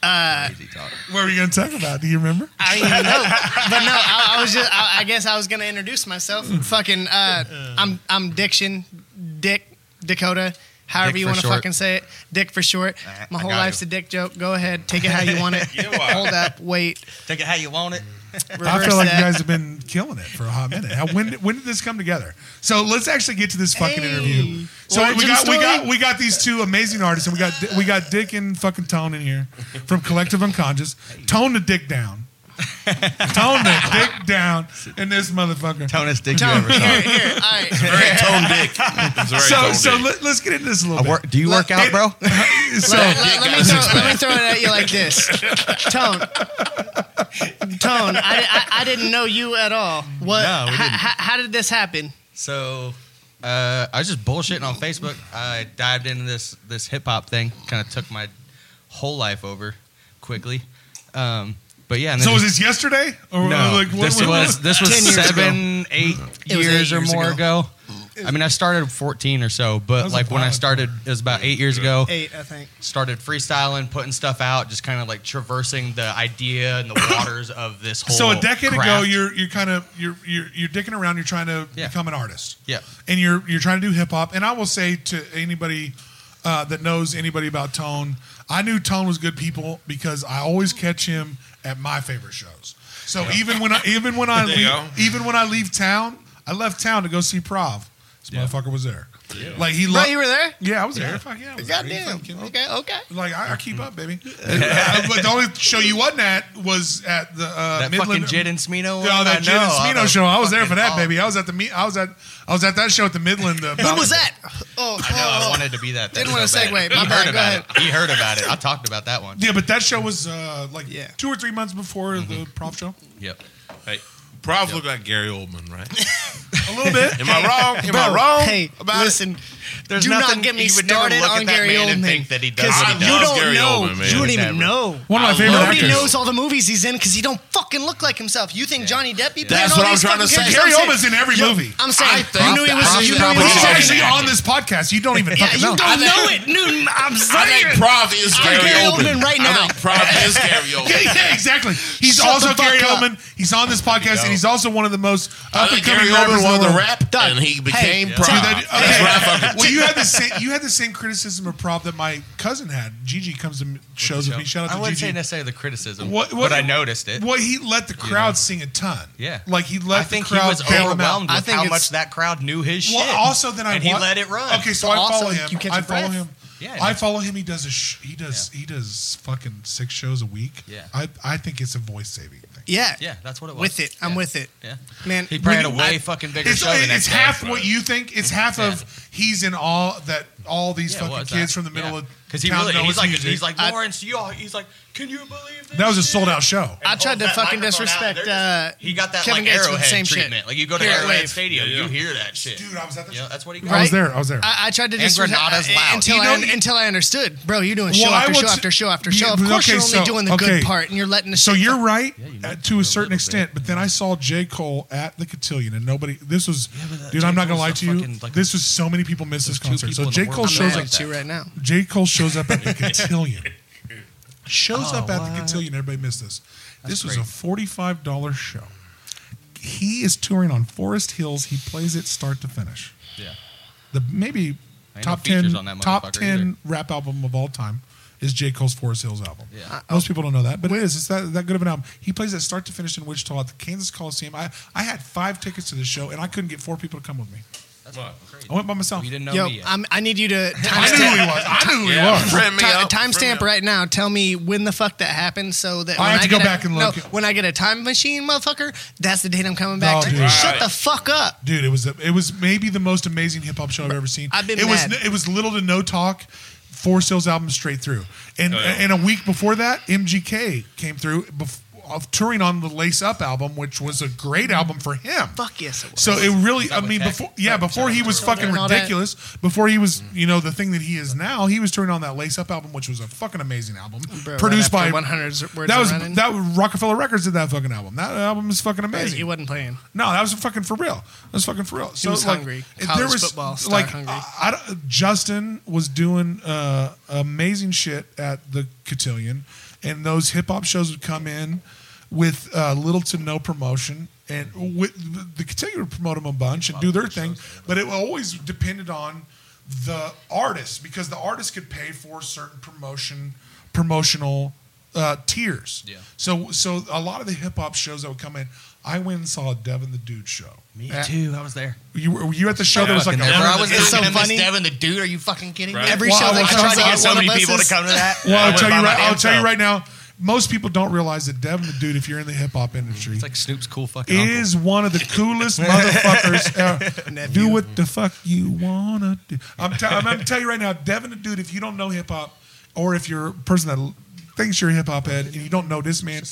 Speaker 4: Crazy talk.
Speaker 2: What were we going to talk about? Do you remember?
Speaker 3: I didn't even know. But no, I, I was just. I, I guess I was gonna introduce myself. Fucking. Uh, I'm. I'm Diction. Dick Dakota. however
Speaker 4: Dick
Speaker 3: you
Speaker 4: for
Speaker 3: want to
Speaker 4: short.
Speaker 3: fucking say it. Dick for short. My
Speaker 5: I
Speaker 3: whole
Speaker 5: got
Speaker 3: life's
Speaker 5: you.
Speaker 3: a dick joke. Go ahead, take it how you want it.
Speaker 1: Yeah.
Speaker 3: Hold up, wait,
Speaker 4: Take it how you want it.
Speaker 3: reverse
Speaker 2: I feel like
Speaker 3: that.
Speaker 2: you guys have been killing it for a hot minute. How, when when did this come together? So let's actually get to this fucking
Speaker 3: Hey.
Speaker 2: interview. So we
Speaker 3: Origin
Speaker 2: got we got
Speaker 3: story?
Speaker 2: we got these two amazing artists, and we got we got Dick and fucking Tone in here from Collective Unconscious. Tone the dick down. Tone the dick down in this motherfucker.
Speaker 4: Tonus dick you
Speaker 3: Tone,
Speaker 4: ever saw.
Speaker 3: Oh, here, here,
Speaker 2: (laughs)
Speaker 3: all right.
Speaker 1: Very tone dick. (laughs) It's very
Speaker 2: So
Speaker 1: tone
Speaker 2: so
Speaker 1: dick.
Speaker 2: let, us get into this a little
Speaker 4: I
Speaker 2: bit.
Speaker 4: work, do you work out, bro?
Speaker 2: so
Speaker 3: let, let- let
Speaker 1: got
Speaker 3: me
Speaker 1: a
Speaker 3: throw,
Speaker 1: six-pack.
Speaker 3: let me throw it at you like this. Tone. Tone, I, I, I didn't know you at all. What?
Speaker 4: No, we
Speaker 3: h-
Speaker 4: didn't.
Speaker 3: h- how did this happen?
Speaker 4: (laughs) So uh, I was just bullshitting on Facebook. I dived into this this hip hop thing. Kind of took my whole life over quickly. Um, but yeah, and then
Speaker 2: so was this yesterday or
Speaker 4: no,
Speaker 2: like what,
Speaker 4: this
Speaker 2: what-
Speaker 4: was this was
Speaker 3: 10 years
Speaker 4: seven, eight
Speaker 3: It was eight
Speaker 4: years or
Speaker 3: years
Speaker 4: more
Speaker 3: ago.
Speaker 4: ago. I mean, I started 14 or so,
Speaker 2: That
Speaker 4: but
Speaker 2: was a
Speaker 4: like when I
Speaker 2: while.
Speaker 4: started, it was about eight years ago.
Speaker 3: Eight, I think.
Speaker 4: Started freestyling, putting stuff out, just kind of like traversing the idea and the (coughs) waters of this whole.
Speaker 2: so a decade ago
Speaker 4: craft.
Speaker 2: you're you're kind of you're you're you're dicking around you're trying to
Speaker 4: Yeah.
Speaker 2: become an artist
Speaker 4: Yeah.
Speaker 2: and you're you're trying to do hip hop and i will say to anybody uh, that knows anybody about tone i knew tone was good people because i always catch him at my favorite shows so even when i even when i
Speaker 1: There you go.
Speaker 2: leave, even when i leave town i left town to go see prov this motherfucker was there like he
Speaker 3: Bro,
Speaker 2: loved
Speaker 3: you were there?
Speaker 2: yeah i was there fuck yeah I was there. Are you
Speaker 3: Goddamn.
Speaker 2: fucking kidding me?
Speaker 3: Okay, okay.
Speaker 2: Like I, I keep up, baby. Uh, but the only show you wasn't at was at the uh,
Speaker 4: that
Speaker 2: Midland.
Speaker 4: fucking Jid and Smino.
Speaker 2: Oh,
Speaker 4: one,
Speaker 2: that
Speaker 4: I
Speaker 2: Jid and
Speaker 4: know, all
Speaker 2: Smino
Speaker 4: those
Speaker 2: show. I was there for
Speaker 4: fucking- oh.
Speaker 2: that,
Speaker 4: all-
Speaker 2: baby. I was at the meet. I was at. I was at that show at the Midland. Uh,
Speaker 3: (laughs) When was that? Oh,
Speaker 4: I know. I
Speaker 3: oh.
Speaker 4: wanted to be that. that
Speaker 3: Didn't
Speaker 4: so
Speaker 3: wanna
Speaker 4: bad.
Speaker 3: segue.
Speaker 4: He
Speaker 3: My bad.
Speaker 4: heard
Speaker 3: Go
Speaker 4: about it. He heard
Speaker 3: (laughs)
Speaker 4: about it. I talked about that one.
Speaker 2: Yeah, but that show was uh, like
Speaker 3: Yeah.
Speaker 2: two or three months before the prof show.
Speaker 4: Yep.
Speaker 1: hey, Prof looked like Gary Oldman, right?
Speaker 2: A little
Speaker 3: (laughs)
Speaker 2: bit.
Speaker 1: Am I
Speaker 2: (laughs)
Speaker 1: wrong? Am I
Speaker 3: Bro,
Speaker 1: wrong
Speaker 3: Hey,
Speaker 1: about it?
Speaker 3: listen.
Speaker 4: There's
Speaker 3: do
Speaker 4: nothing-
Speaker 3: not get me
Speaker 4: you would never
Speaker 3: started
Speaker 4: look
Speaker 3: on
Speaker 4: at that
Speaker 3: Gary
Speaker 4: man
Speaker 3: Oldman.
Speaker 4: and think that he
Speaker 3: 'cause
Speaker 4: does
Speaker 1: what he
Speaker 3: You
Speaker 1: does.
Speaker 3: don't
Speaker 1: Gary
Speaker 3: know.
Speaker 1: Oldman, man.
Speaker 3: you don't even
Speaker 4: Never.
Speaker 3: know.
Speaker 2: One of my favorite
Speaker 3: Nobody
Speaker 2: actors.
Speaker 3: knows all the movies he's in because he don't fucking look like himself. You think Johnny Depp? You think
Speaker 1: That's
Speaker 3: all
Speaker 1: what
Speaker 3: these
Speaker 1: I'm trying to
Speaker 3: fucking
Speaker 1: say.
Speaker 3: characters?
Speaker 2: Gary
Speaker 3: I'm saying-
Speaker 2: Oldman's in every
Speaker 3: Yo,
Speaker 2: movie.
Speaker 3: I'm saying.
Speaker 1: think
Speaker 3: you knew he was.
Speaker 4: Prof-
Speaker 3: You knew
Speaker 4: Prof-
Speaker 3: he was.
Speaker 2: He's
Speaker 1: Prof-
Speaker 3: a-
Speaker 2: actually on this podcast. You don't even
Speaker 3: (laughs) Yeah,
Speaker 2: fucking
Speaker 3: you
Speaker 2: know.
Speaker 3: don't know it. No, I'm
Speaker 1: I think
Speaker 3: sorry.
Speaker 1: Prof is
Speaker 3: I'm
Speaker 1: Gary,
Speaker 3: Gary Oldman right now.
Speaker 1: I think
Speaker 2: (laughs)
Speaker 1: Prof is Gary
Speaker 2: (laughs) Yeah,
Speaker 1: Oldman.
Speaker 2: yeah, exactly.
Speaker 3: (laughs)
Speaker 2: He's
Speaker 3: Shut
Speaker 2: also
Speaker 3: the fuck
Speaker 2: Gary
Speaker 3: up.
Speaker 2: Oldman. He's on this podcast, and he's also one of the most
Speaker 1: I
Speaker 2: up and
Speaker 1: think
Speaker 2: coming
Speaker 1: Gary
Speaker 2: rappers
Speaker 1: Oldman won
Speaker 2: in the
Speaker 1: the
Speaker 2: world.
Speaker 1: rap,
Speaker 3: Done.
Speaker 1: and he became
Speaker 3: Yeah.
Speaker 1: Prof.
Speaker 2: Dude, that- okay.
Speaker 1: That's what I fucking
Speaker 2: well, you had the same you had the same criticism of prob that my cousin had. Gigi comes to m- shows with me. Shout out
Speaker 4: I
Speaker 2: to
Speaker 4: wouldn't
Speaker 2: Gigi.
Speaker 4: say necessarily the criticism, but I noticed it.
Speaker 2: Well, he let the crowd sing a ton.
Speaker 4: Yeah.
Speaker 2: like he let
Speaker 4: I think
Speaker 2: the
Speaker 4: he
Speaker 2: crowd
Speaker 4: was
Speaker 2: bail him out.
Speaker 4: overwhelmed
Speaker 3: I
Speaker 4: with
Speaker 3: think
Speaker 4: how
Speaker 3: it's-
Speaker 4: much that crowd knew his
Speaker 2: Well,
Speaker 4: shit.
Speaker 2: also then I
Speaker 4: and he
Speaker 2: wa-
Speaker 4: let it run.
Speaker 2: Okay, so
Speaker 3: But
Speaker 2: I
Speaker 3: also,
Speaker 2: follow him.
Speaker 3: you catch
Speaker 2: I
Speaker 3: your
Speaker 2: follow
Speaker 3: breath.
Speaker 2: him.
Speaker 4: Yeah,
Speaker 2: I
Speaker 4: that's-
Speaker 2: follow him. He does a sh- he does he does fucking six shows a week.
Speaker 4: Yeah.
Speaker 2: I I think it's a voice saving thing.
Speaker 3: Yeah.
Speaker 4: Yeah, that's what it was.
Speaker 3: With it. I'm
Speaker 4: Yeah.
Speaker 3: with it.
Speaker 4: Yeah,
Speaker 3: Man,
Speaker 4: he probably had a
Speaker 3: when-
Speaker 4: way
Speaker 3: I-
Speaker 4: fucking bigger
Speaker 2: It's,
Speaker 4: show. the
Speaker 2: it's
Speaker 4: next day.
Speaker 2: half what you think. It's half
Speaker 4: Yeah.
Speaker 2: of he's in awe that all these
Speaker 4: Yeah, it
Speaker 2: fucking
Speaker 4: was
Speaker 2: kids
Speaker 4: that.
Speaker 2: from the middle
Speaker 4: Yeah.
Speaker 2: of
Speaker 4: because he
Speaker 2: town
Speaker 4: really
Speaker 2: know
Speaker 4: he's
Speaker 2: his
Speaker 4: like
Speaker 2: music.
Speaker 4: he's like
Speaker 3: I-
Speaker 4: Lawrence, y'all. He's like, can you believe this?
Speaker 2: that was a
Speaker 4: shit?"
Speaker 2: sold out show.
Speaker 3: I tried
Speaker 4: holds
Speaker 3: to
Speaker 4: that
Speaker 3: fucking
Speaker 4: microphone out.
Speaker 3: disrespect.
Speaker 4: They're
Speaker 3: Uh,
Speaker 4: just- he got that
Speaker 3: Kevin
Speaker 4: like
Speaker 3: Gates with the
Speaker 4: arrowhead
Speaker 3: same shit.
Speaker 4: treatment. Like you go to
Speaker 3: Here,
Speaker 4: Arrowhead
Speaker 3: wave.
Speaker 4: Stadium,
Speaker 1: Yeah, yeah.
Speaker 4: you hear that shit.
Speaker 2: Dude, I was at the-
Speaker 4: You know, that's what he got.
Speaker 2: I was there. I was there.
Speaker 3: I, I tried to
Speaker 4: And
Speaker 3: disrespect
Speaker 4: Grenada's loud.
Speaker 3: until
Speaker 2: You know,
Speaker 3: I
Speaker 2: you-
Speaker 3: until I understood, bro. You're doing show
Speaker 2: Well, I
Speaker 3: after
Speaker 2: will
Speaker 3: show
Speaker 2: t-
Speaker 3: after show after
Speaker 2: Yeah,
Speaker 3: show. Of
Speaker 2: but
Speaker 3: course,
Speaker 2: okay,
Speaker 3: you're only
Speaker 2: so-
Speaker 3: doing the
Speaker 2: okay.
Speaker 3: good part, and you're letting the
Speaker 2: So
Speaker 4: (laughs)
Speaker 3: shit.
Speaker 2: you're right
Speaker 4: you
Speaker 2: uh,
Speaker 4: need to
Speaker 2: to
Speaker 4: do
Speaker 2: a
Speaker 4: a
Speaker 2: certain
Speaker 4: little
Speaker 2: extent, but then I saw J. Cole at the Cotillion, and nobody. This was, dude. I'm not gonna
Speaker 4: Cole's
Speaker 2: lie
Speaker 4: a
Speaker 2: to you.
Speaker 4: fucking, like,
Speaker 2: this was so many people missed this
Speaker 4: two
Speaker 2: concert. So
Speaker 4: people in
Speaker 2: J.
Speaker 4: the
Speaker 2: Cole
Speaker 4: world
Speaker 3: I'm
Speaker 2: shows
Speaker 3: mad
Speaker 2: up.
Speaker 4: like
Speaker 3: at you right now.
Speaker 2: J. Cole shows up
Speaker 4: (laughs)
Speaker 2: at the Cotillion. Shows
Speaker 4: Oh,
Speaker 2: up at the Cotillion. Everybody missed this. this was a forty-five dollar show. He is touring on Forest Hills. He plays it start to finish.
Speaker 4: Yeah.
Speaker 2: The maybe
Speaker 4: no
Speaker 2: top
Speaker 4: features
Speaker 2: ten
Speaker 4: on that
Speaker 2: top
Speaker 4: motherfucker
Speaker 2: ten
Speaker 4: either.
Speaker 2: rap album of all time is J. Cole's Forest Hills album.
Speaker 4: Yeah.
Speaker 2: Most people don't know that, but it is. It's that, that good of an album. He plays that start to finish in Wichita at the Kansas Coliseum. I, I had five tickets to this show, and I couldn't get four people to come with me.
Speaker 4: That's crazy.
Speaker 2: I went by myself.
Speaker 4: You didn't know
Speaker 3: Yo,
Speaker 4: me. Yet.
Speaker 3: I'm, I need you to
Speaker 2: I knew who he was. I knew
Speaker 3: timestamp.
Speaker 2: who he was.
Speaker 1: Friend me
Speaker 3: Ti-
Speaker 1: up.
Speaker 3: timestamp
Speaker 1: Friend me up.
Speaker 3: right now. Tell me when the fuck that happened, so that
Speaker 2: Oh, I
Speaker 3: when
Speaker 2: have to
Speaker 3: get
Speaker 2: go
Speaker 3: a-
Speaker 2: back and look.
Speaker 3: No, when I get a time machine, motherfucker, that's the date I'm coming
Speaker 2: No,
Speaker 3: back. to.
Speaker 2: Oh, dude.
Speaker 3: Shut
Speaker 1: Right.
Speaker 3: the fuck up.
Speaker 2: Dude, it was a, it was maybe the most amazing hip hop show I've ever seen.
Speaker 3: I've been
Speaker 2: it
Speaker 3: mad.
Speaker 2: was it was little to no talk, four sales album straight through, and
Speaker 1: Oh, yeah.
Speaker 2: and a week before that, MGK came through bef- of touring on the Lace Up album, which was a great album for him.
Speaker 3: Fuck yes, it was.
Speaker 2: So it really, I
Speaker 4: with
Speaker 2: mean,
Speaker 4: Tech?
Speaker 2: before yeah, before he was fucking
Speaker 3: And all that.
Speaker 2: ridiculous, before he was you know the thing that he is now, he was touring on that Lace Up album, which was a fucking amazing album,
Speaker 3: Bro, right
Speaker 2: produced
Speaker 3: after
Speaker 2: by
Speaker 3: 100 words
Speaker 2: That
Speaker 3: of
Speaker 2: was
Speaker 3: running.
Speaker 2: that was- Rockefeller Records did that fucking album. That album is fucking amazing.
Speaker 3: he wasn't playing.
Speaker 2: No, that was fucking for real. That was fucking for real. So
Speaker 3: was
Speaker 2: like,
Speaker 3: hungry.
Speaker 2: if
Speaker 3: College football, star hungry.
Speaker 2: I, I don't- Justin was doing uh, amazing shit at the Cotillion, and those hip hop shows would come in with uh, little to no promotion, and with, the Cotillion would promote them a bunch and do their thing, but it always depended on the artists because the artists could pay for certain promotion promotional uh, tiers.
Speaker 4: Yeah.
Speaker 2: So so a lot of the hip hop shows that would come in, I went and saw a Devin the Dude show.
Speaker 4: Me
Speaker 2: Uh,
Speaker 4: too. I was there.
Speaker 2: You were, were you at the show? that was like
Speaker 4: fucking
Speaker 2: a
Speaker 4: there, bro.
Speaker 2: rap-
Speaker 4: I was
Speaker 3: It's so
Speaker 5: Miss
Speaker 3: funny.
Speaker 5: Devin the dude, are you fucking kidding me?
Speaker 1: Right.
Speaker 3: Every
Speaker 2: Well,
Speaker 3: show
Speaker 2: I
Speaker 3: they
Speaker 5: I
Speaker 2: was-
Speaker 3: tried
Speaker 5: tried
Speaker 3: to
Speaker 5: to
Speaker 2: I
Speaker 5: get
Speaker 3: get
Speaker 5: so
Speaker 3: one
Speaker 5: many
Speaker 3: of us
Speaker 5: people to
Speaker 3: is-
Speaker 5: come to that.
Speaker 2: Well,
Speaker 5: I
Speaker 2: I'll
Speaker 5: went
Speaker 2: tell you
Speaker 5: by my
Speaker 2: right. I'll
Speaker 5: damn
Speaker 2: tell you
Speaker 5: self.
Speaker 2: right now. Most people don't realize that Devin the Dude, if you're in the hip hop industry,
Speaker 4: It's like Snoop's cool fucking
Speaker 2: is one
Speaker 4: (laughs)
Speaker 2: of the coolest motherfuckers ever. Do what the fuck you wanna do. I'm, t- I'm, I'm telling you right now, Devin the dude. If you don't know hip hop, or if you're a person that l- thinks you're a hip hop head and you don't know this man,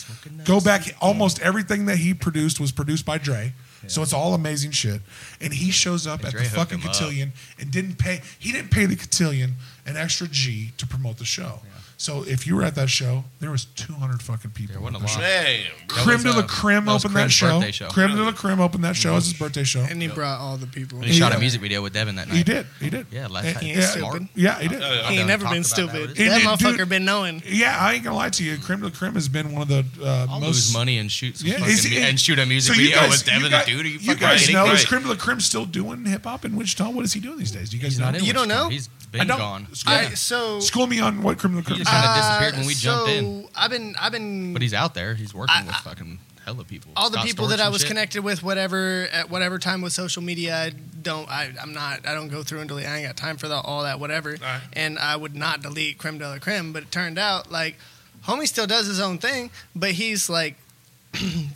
Speaker 2: go back. Almost everything that he produced was produced by Dre. So it's all amazing shit, and he shows up at
Speaker 4: Dre
Speaker 2: the
Speaker 4: hooked
Speaker 2: fucking
Speaker 4: him up.
Speaker 2: cotillion and didn't pay. He didn't pay the cotillion an extra G to promote the show. So if you were at that show, there was 200 fucking people.
Speaker 4: There
Speaker 2: at
Speaker 4: wasn't
Speaker 2: that
Speaker 4: a lot.
Speaker 2: show.
Speaker 1: Man,
Speaker 2: Creme de
Speaker 4: was,
Speaker 2: la
Speaker 4: uh,
Speaker 2: Creme
Speaker 4: that was
Speaker 2: opened that
Speaker 4: Creme's
Speaker 2: show.
Speaker 4: birthday show.
Speaker 2: Creme de la Creme opened that show. It was his birthday show.
Speaker 3: And he brought all the people.
Speaker 4: He shot
Speaker 2: Yeah.
Speaker 4: a music video with Devin that night.
Speaker 2: He did. He did.
Speaker 4: Yeah, last
Speaker 2: And-
Speaker 4: time.
Speaker 2: Yeah,
Speaker 3: He's stupid.
Speaker 2: yeah, he did.
Speaker 1: Uh,
Speaker 3: He ain't
Speaker 4: done
Speaker 3: never
Speaker 4: talked
Speaker 3: been
Speaker 4: about
Speaker 3: stupid.
Speaker 4: that.
Speaker 3: That,
Speaker 2: And it-
Speaker 3: motherfucker
Speaker 2: dude-
Speaker 3: been knowing.
Speaker 2: Yeah, I ain't gonna lie to you. Creme de la Creme has been one of the uh,
Speaker 4: I'll
Speaker 2: most
Speaker 4: lose money and shoot some
Speaker 2: Yeah,
Speaker 4: fucking
Speaker 2: is
Speaker 4: mu-
Speaker 2: it-
Speaker 4: and shoot a music
Speaker 2: So you
Speaker 4: video
Speaker 2: guys,
Speaker 4: with
Speaker 2: you
Speaker 4: Devin
Speaker 2: guys,
Speaker 4: the dude. Are you,
Speaker 2: you
Speaker 4: fucking
Speaker 2: guys
Speaker 4: kidding
Speaker 2: know
Speaker 4: me?
Speaker 2: is
Speaker 1: Right.
Speaker 2: Creme de la Creme still doing hip hop in Wichita? What is he doing these days? Do you guys
Speaker 4: He's
Speaker 2: know?
Speaker 4: not in
Speaker 3: You don't
Speaker 4: Wichita.
Speaker 3: know?
Speaker 4: He's been
Speaker 2: I don't-
Speaker 4: gone.
Speaker 3: I so uh,
Speaker 2: School me on what Creme de la Creme. Ah,
Speaker 4: He
Speaker 2: is.
Speaker 4: just kinda disappeared when we jumped in.
Speaker 3: so I've been I've been
Speaker 4: But he's out there. He's working
Speaker 3: I-
Speaker 4: with
Speaker 3: I-
Speaker 4: fucking hella people.
Speaker 3: all the
Speaker 4: Scott
Speaker 3: people
Speaker 4: Storch
Speaker 3: that I
Speaker 4: and
Speaker 3: was
Speaker 4: shit.
Speaker 3: connected with, whatever at whatever time with social media, I don't I, I'm not I don't go through and delete. I ain't got time for that all that whatever.
Speaker 1: right.
Speaker 3: And I would not delete creme de la creme, but it turned out like homie still does his own thing, but he's like (clears throat)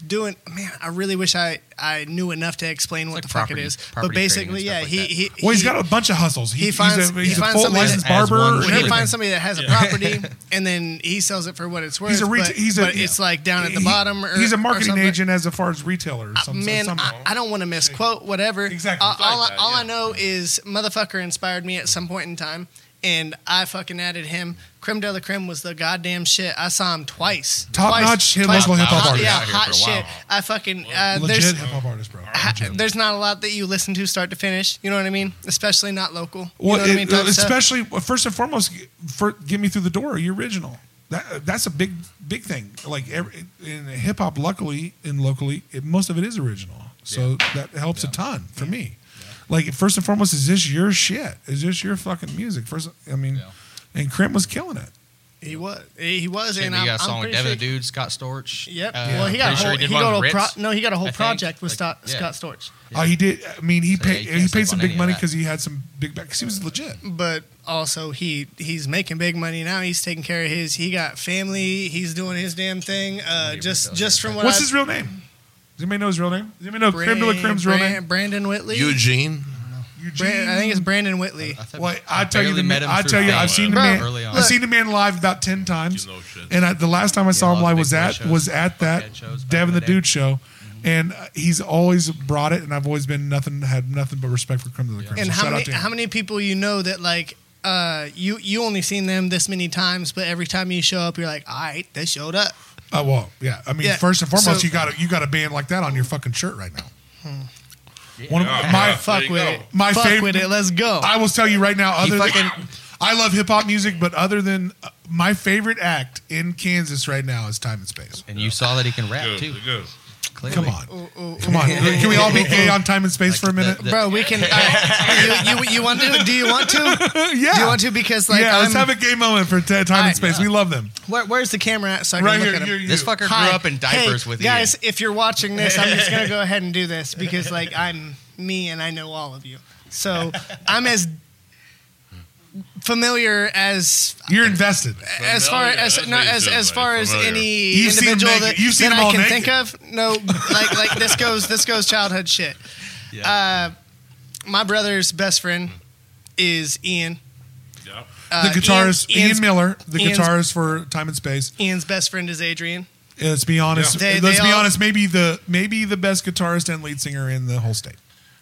Speaker 3: doing man. I really wish I I knew enough to explain what
Speaker 4: like
Speaker 3: the
Speaker 4: property-
Speaker 3: fuck it is. But
Speaker 4: property trading and
Speaker 3: basically,
Speaker 4: stuff
Speaker 3: yeah,
Speaker 4: like
Speaker 3: he,
Speaker 4: that.
Speaker 3: he
Speaker 2: well, he's got a bunch of hustles. He,
Speaker 3: he finds-
Speaker 2: he's a,
Speaker 3: he
Speaker 2: he's a
Speaker 3: finds
Speaker 2: full
Speaker 3: somebody
Speaker 2: licensed
Speaker 4: that has
Speaker 2: barber.
Speaker 4: one
Speaker 2: and
Speaker 4: shit.
Speaker 3: when he
Speaker 2: everything.
Speaker 3: finds somebody that has a property and then he sells it for what it's worth.
Speaker 2: he's a reta-
Speaker 3: but,
Speaker 2: he's a
Speaker 3: but it's like down at the
Speaker 2: he-
Speaker 3: bottom. Or,
Speaker 2: he's a
Speaker 3: or
Speaker 2: marketing
Speaker 3: something.
Speaker 2: agent as far as retailer. Or
Speaker 3: Uh,
Speaker 2: some,
Speaker 3: man,
Speaker 2: some-
Speaker 3: I, I don't want to misquote whatever.
Speaker 2: Exactly.
Speaker 3: Uh, all
Speaker 1: Like
Speaker 3: I,
Speaker 1: that,
Speaker 3: all I
Speaker 1: yeah.
Speaker 3: know is motherfucker inspired me at some point in time, and I fucking added him. Creme de la Creme was the goddamn shit. I saw him twice.
Speaker 2: Top
Speaker 3: Twice.
Speaker 2: notch hip-
Speaker 3: Twice.
Speaker 2: local hip hop
Speaker 3: Hot-
Speaker 2: artist.
Speaker 3: Yeah,
Speaker 4: Out here
Speaker 3: hot
Speaker 4: for a while.
Speaker 3: shit. I fucking uh,
Speaker 2: legit
Speaker 3: there's
Speaker 2: hip hop artist, bro.
Speaker 3: ha-
Speaker 2: Legit.
Speaker 3: there's not a lot that you listen to start to finish. You know what I mean? Especially not local. You
Speaker 2: Well,
Speaker 3: know what I
Speaker 2: it- uh,
Speaker 3: mean? Type stuff.
Speaker 2: especially well, first and foremost, g- for "Get Me Through the Door," your original. That that's a big big thing. Like every, in hip hop, luckily and locally, it, most of it is original, so that helps a ton for me. Like first and foremost, is this your shit? Is this your fucking music? First, I mean, and Crimp was killing it.
Speaker 3: he was he was,
Speaker 4: Shit,
Speaker 3: and
Speaker 4: he
Speaker 3: I'm,
Speaker 4: got a
Speaker 3: I'm
Speaker 4: song with
Speaker 3: pretty
Speaker 4: Devin
Speaker 3: sure-
Speaker 4: the Dude, Scott Storch.
Speaker 3: Yep.
Speaker 4: Uh,
Speaker 3: well, he got a
Speaker 4: pretty sure
Speaker 3: whole,
Speaker 4: did
Speaker 3: he
Speaker 4: one
Speaker 3: got a
Speaker 4: with
Speaker 3: pro,
Speaker 4: Ritz.
Speaker 3: no, he got a whole
Speaker 4: I think.
Speaker 3: project with
Speaker 4: Like,
Speaker 3: Scott,
Speaker 4: yeah.
Speaker 3: Scott Storch.
Speaker 2: Oh, he did. I mean, he
Speaker 4: So, yeah,
Speaker 2: paid
Speaker 4: you
Speaker 2: he
Speaker 4: can't
Speaker 2: paid
Speaker 4: sleep
Speaker 2: some
Speaker 4: on any
Speaker 2: big
Speaker 4: of
Speaker 2: money
Speaker 4: that.
Speaker 2: because he had some big back. Cause he was legit.
Speaker 3: but also he he's making big money now. He's taking care of his. He got family. He's doing his damn thing. Uh,
Speaker 4: you
Speaker 3: just
Speaker 4: refill
Speaker 3: just
Speaker 4: your
Speaker 3: from what
Speaker 2: What's
Speaker 3: I,
Speaker 2: his real name? Does anybody know his real name? Does anybody know Crim de la Crim's real name?
Speaker 3: Brandon Whitley.
Speaker 1: Eugene.
Speaker 3: Brand, I think it's Brandon Whitley.
Speaker 4: I thought-
Speaker 2: Well, I tell you,
Speaker 4: barely
Speaker 2: the man,
Speaker 4: met him
Speaker 2: I
Speaker 4: through
Speaker 2: tell you, I've
Speaker 4: Facebook
Speaker 2: seen the
Speaker 3: Bro,
Speaker 2: man.
Speaker 4: early on.
Speaker 2: I've seen the man live about ten times,
Speaker 1: You know shit.
Speaker 2: and I, the last time I saw him
Speaker 4: all
Speaker 2: live
Speaker 4: the
Speaker 2: was
Speaker 4: big boy
Speaker 2: at
Speaker 4: shows,
Speaker 2: was at that
Speaker 4: fuckhead shows back
Speaker 2: Devin
Speaker 4: in
Speaker 2: the
Speaker 4: the day.
Speaker 2: Dude show, and uh, he's always brought it, and I've always been nothing had nothing but respect for Creme de la Creme.
Speaker 3: And
Speaker 2: So
Speaker 3: how
Speaker 2: shout out
Speaker 3: many
Speaker 2: to him.
Speaker 3: how many people you know that like uh you you only seen them this many times, but every time you show up, you're like, all right, they showed up.
Speaker 2: Uh, well, yeah. I mean,
Speaker 3: Yeah,
Speaker 2: first and foremost,
Speaker 3: so-
Speaker 2: you got a, you got a band like that on your fucking shirt right now. One of
Speaker 1: Yeah.
Speaker 2: my
Speaker 1: Yeah.
Speaker 3: Fuck
Speaker 1: you
Speaker 3: with
Speaker 1: go.
Speaker 3: it.
Speaker 2: My
Speaker 3: Fuck
Speaker 2: favorite-
Speaker 3: with it. Let's go.
Speaker 2: I will tell you right now. Other
Speaker 4: fucking-
Speaker 2: than, I love hip hop music, but other than uh, my favorite act in Kansas right now is Time and Space.
Speaker 4: and you saw that he can rap
Speaker 1: Good,
Speaker 4: too.
Speaker 1: good.
Speaker 4: Clearly.
Speaker 2: Come on, come
Speaker 3: (laughs)
Speaker 2: on. Can we all be gay on Time and Space for a minute?
Speaker 4: the-
Speaker 3: Bro, we can. Uh, you, you, you want to? Do you want to?
Speaker 2: (laughs) yeah.
Speaker 3: Do you want to? Because like,
Speaker 2: yeah,
Speaker 3: I'm,
Speaker 2: let's have a gay moment for t- time and
Speaker 3: Alright,
Speaker 2: space. We love them.
Speaker 3: where, where's the camera at? So I can
Speaker 2: Right
Speaker 3: look
Speaker 2: here.
Speaker 3: at 'em?
Speaker 2: you're- you.
Speaker 4: This fucker
Speaker 3: Hi.
Speaker 4: grew up in diapers
Speaker 3: Hey,
Speaker 4: with
Speaker 3: guys.
Speaker 4: Ian.
Speaker 3: If you're watching this, I'm just gonna
Speaker 2: (laughs)
Speaker 3: go ahead and do this because like I'm me and I know all of you, so I'm as familiar as
Speaker 2: You're invested.
Speaker 3: as far
Speaker 1: Familiar.
Speaker 3: as
Speaker 1: That's
Speaker 3: no
Speaker 1: what he
Speaker 3: as
Speaker 1: said,
Speaker 3: as
Speaker 1: like,
Speaker 3: far as
Speaker 1: familiar.
Speaker 3: any
Speaker 2: You've seen 'em
Speaker 3: individual
Speaker 2: naked.
Speaker 3: that,
Speaker 2: You've seen
Speaker 3: that
Speaker 2: 'em all
Speaker 3: I can
Speaker 2: naked.
Speaker 3: think of. No, like like this goes this goes childhood shit. Uh, my brother's best friend is Ian.
Speaker 1: Yeah.
Speaker 2: the
Speaker 3: Uh,
Speaker 2: guitarist Ian,
Speaker 3: Ian's-
Speaker 2: Miller, the
Speaker 3: Ian's-
Speaker 2: guitarist for Time and Space.
Speaker 3: Ian's best friend is Adrian.
Speaker 2: Uh, Let's be honest.
Speaker 3: Yeah. They-
Speaker 2: let's
Speaker 3: they
Speaker 2: be
Speaker 3: all-
Speaker 2: honest. Maybe the maybe the best guitarist and lead singer in the whole state.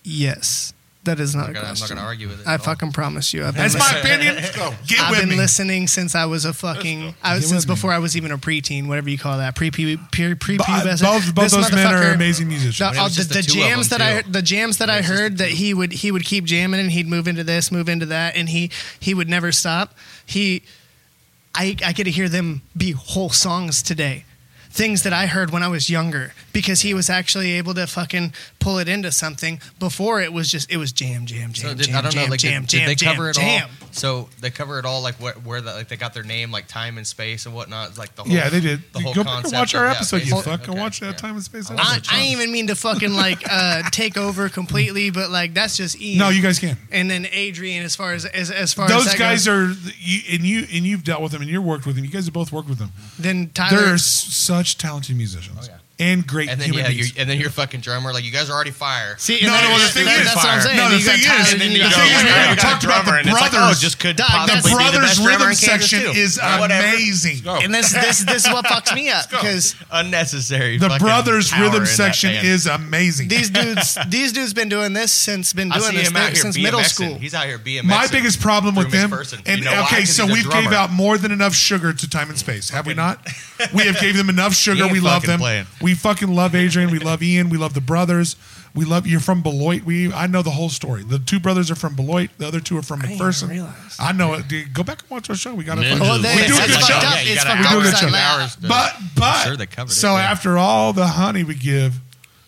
Speaker 3: Yes, that is not
Speaker 4: I'm
Speaker 3: a
Speaker 4: not gonna- I'm
Speaker 3: question.
Speaker 4: not gonna argue with it.
Speaker 3: I
Speaker 4: at all.
Speaker 3: fucking promise you. I've been
Speaker 2: That's my
Speaker 3: listening-
Speaker 2: opinion.
Speaker 3: (laughs)
Speaker 2: Get
Speaker 3: I've
Speaker 2: with
Speaker 3: been
Speaker 2: me.
Speaker 3: listening since I was a fucking. I was,
Speaker 2: Get
Speaker 3: since
Speaker 2: with me.
Speaker 3: before I was even a preteen, whatever you call that. Pre pre pre pre
Speaker 2: Bo-
Speaker 3: pubescent.
Speaker 2: both both
Speaker 3: This
Speaker 2: those men are
Speaker 3: motherfucker-
Speaker 2: amazing musicians.
Speaker 3: The,
Speaker 4: it
Speaker 3: all
Speaker 4: was
Speaker 3: the,
Speaker 4: just
Speaker 3: the
Speaker 4: the two of
Speaker 3: jams
Speaker 4: them,
Speaker 3: that I
Speaker 4: too.
Speaker 3: the jams that I heard that he would he would keep jamming and he'd move into this, move into that, and he he would never stop. He, I I get to hear them be whole songs today. things that I heard when I was younger because he was actually able to fucking pull it into something. Before it was just it was jam, jam, jam,
Speaker 4: So did,
Speaker 3: jam,
Speaker 4: I don't
Speaker 3: jam,
Speaker 4: know. Like,
Speaker 3: jam,
Speaker 4: did,
Speaker 3: jam,
Speaker 4: did they
Speaker 3: jam,
Speaker 4: cover it
Speaker 3: jam.
Speaker 4: all? So they cover it all, like what, where the, like they got their name, like time and space and whatnot. Like the whole,
Speaker 2: Yeah, they did.
Speaker 4: The whole
Speaker 2: Go back and
Speaker 4: concept
Speaker 2: watch our
Speaker 4: of- yeah,
Speaker 2: episode, you
Speaker 4: basically.
Speaker 2: fuck. Go
Speaker 4: Okay,
Speaker 2: watch that
Speaker 4: yeah.
Speaker 2: time and space.
Speaker 3: I,
Speaker 2: episode.
Speaker 3: I didn't even mean to fucking like uh,
Speaker 2: (laughs)
Speaker 3: take over completely, but like that's just Ian.
Speaker 2: No, you guys can.
Speaker 3: and then Adrian as far as as, as far as
Speaker 2: Those
Speaker 3: that
Speaker 2: guys
Speaker 3: goes.
Speaker 2: are you, and you and you've dealt with them and you worked with them. You guys have both worked with them.
Speaker 3: then Tyler.
Speaker 2: They're s- such talented musicians
Speaker 4: yeah.
Speaker 2: and great
Speaker 4: And then
Speaker 2: human
Speaker 4: yeah,
Speaker 2: beings.
Speaker 4: you and then your fucking drummer. Like you guys are already fire.
Speaker 3: See,
Speaker 2: No,
Speaker 3: and
Speaker 2: no,
Speaker 3: then-
Speaker 2: well, the
Speaker 3: that-
Speaker 2: thing
Speaker 3: that-
Speaker 2: is-
Speaker 3: that's what I'm saying.
Speaker 2: No,
Speaker 3: Then
Speaker 2: the
Speaker 3: you got
Speaker 2: thing
Speaker 3: Tyler,
Speaker 2: is-
Speaker 3: and then
Speaker 2: the
Speaker 3: you got
Speaker 2: thing is,
Speaker 3: Tyler.
Speaker 2: we haven't
Speaker 4: (laughs)
Speaker 5: got a
Speaker 2: talked about the
Speaker 5: drummer, and it's like, oh,
Speaker 2: brothers.
Speaker 5: just could
Speaker 3: Dog,
Speaker 5: possibly be
Speaker 2: the
Speaker 3: that's-
Speaker 5: the
Speaker 2: brothers
Speaker 5: best drummer
Speaker 2: rhythm
Speaker 5: in Kansas,
Speaker 2: section
Speaker 5: too.
Speaker 2: is
Speaker 5: Whatever.
Speaker 2: amazing.
Speaker 1: Go.
Speaker 3: And this this this is what fucks me up because
Speaker 4: Unnecessary.
Speaker 2: The
Speaker 4: fucking
Speaker 2: brothers
Speaker 4: power in
Speaker 2: rhythm
Speaker 4: that
Speaker 2: section
Speaker 4: band.
Speaker 2: is amazing. (laughs)
Speaker 3: these dudes these dudes been doing this since been
Speaker 4: I
Speaker 3: doing
Speaker 4: see
Speaker 3: this
Speaker 4: him out
Speaker 3: thi-
Speaker 4: here
Speaker 3: since middle
Speaker 4: BMXing.
Speaker 3: school.
Speaker 4: He's out here BMXing.
Speaker 2: My biggest problem with
Speaker 4: Grooming
Speaker 2: them,
Speaker 4: person.
Speaker 2: and
Speaker 4: You know why?
Speaker 2: okay,
Speaker 4: 'Cause
Speaker 2: so
Speaker 4: he's a
Speaker 2: we've gave
Speaker 4: drummer.
Speaker 2: out more than enough sugar to time and space, have we not?
Speaker 4: (laughs)
Speaker 2: we have gave them enough
Speaker 4: He
Speaker 2: sugar.
Speaker 4: ain't
Speaker 2: We love
Speaker 4: fucking
Speaker 2: them.
Speaker 4: playing.
Speaker 2: We fucking love Adrian. We love Ian. We love the brothers. We love you're from Beloit. We I know the whole story. The two brothers are from Beloit. The other two are from
Speaker 3: even
Speaker 2: McPherson.
Speaker 3: realize.
Speaker 2: I know it. Dude, go back and watch our show. We got a
Speaker 1: Ninja
Speaker 2: fucking-
Speaker 1: Well,
Speaker 3: Well,
Speaker 1: they-
Speaker 2: we do a
Speaker 3: that's
Speaker 2: good
Speaker 3: fucked
Speaker 2: job.
Speaker 3: up.
Speaker 5: Yeah, you
Speaker 3: It's
Speaker 5: got
Speaker 3: fucked
Speaker 5: an
Speaker 3: up.
Speaker 2: hour
Speaker 3: It's
Speaker 2: to
Speaker 3: like,
Speaker 2: two
Speaker 3: like,
Speaker 4: hours to-
Speaker 2: But but
Speaker 4: sure they covered it,
Speaker 2: so
Speaker 4: yeah. (laughs)
Speaker 2: after all the honey we give,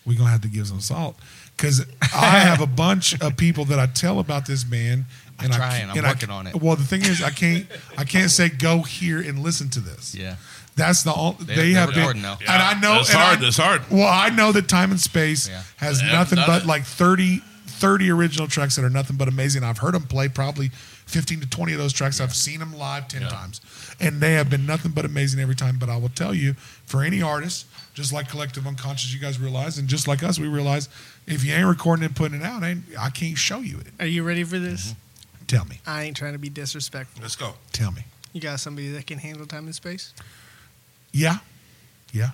Speaker 2: we're gonna have to give some salt because I
Speaker 4: (laughs)
Speaker 2: have a bunch of people that I tell about this man, and
Speaker 4: trying.
Speaker 2: can't-
Speaker 4: I'm
Speaker 2: and I
Speaker 4: working
Speaker 2: can't-
Speaker 4: on it.
Speaker 2: Well, the thing is, I can't I can't say go here and listen to this.
Speaker 4: Yeah.
Speaker 2: That's the all they,
Speaker 4: they're
Speaker 2: have been,
Speaker 4: recording now.
Speaker 2: and I know
Speaker 1: That's
Speaker 2: and
Speaker 1: hard.
Speaker 2: I-
Speaker 1: That's hard.
Speaker 2: Well, I know that time and space
Speaker 4: Yeah.
Speaker 2: has
Speaker 1: They haven't
Speaker 2: nothing
Speaker 1: done
Speaker 2: but
Speaker 1: it.
Speaker 2: like 30, 30 original tracks that are nothing but amazing. I've heard them play probably 15 to 20 of those tracks. I've seen them live 10 times. And they have been nothing but amazing every time. But I will tell you, for any artist, just like Collective Unconscious, you guys realize, and just like us, we realize if you ain't recording and putting it out, ain't, I can't show you it.
Speaker 3: Are you ready for this?
Speaker 2: Mm-hmm. Tell me.
Speaker 3: I ain't trying to be disrespectful.
Speaker 1: Let's go.
Speaker 2: Tell me.
Speaker 3: You got somebody that can handle time and space?
Speaker 2: Yeah. Yeah.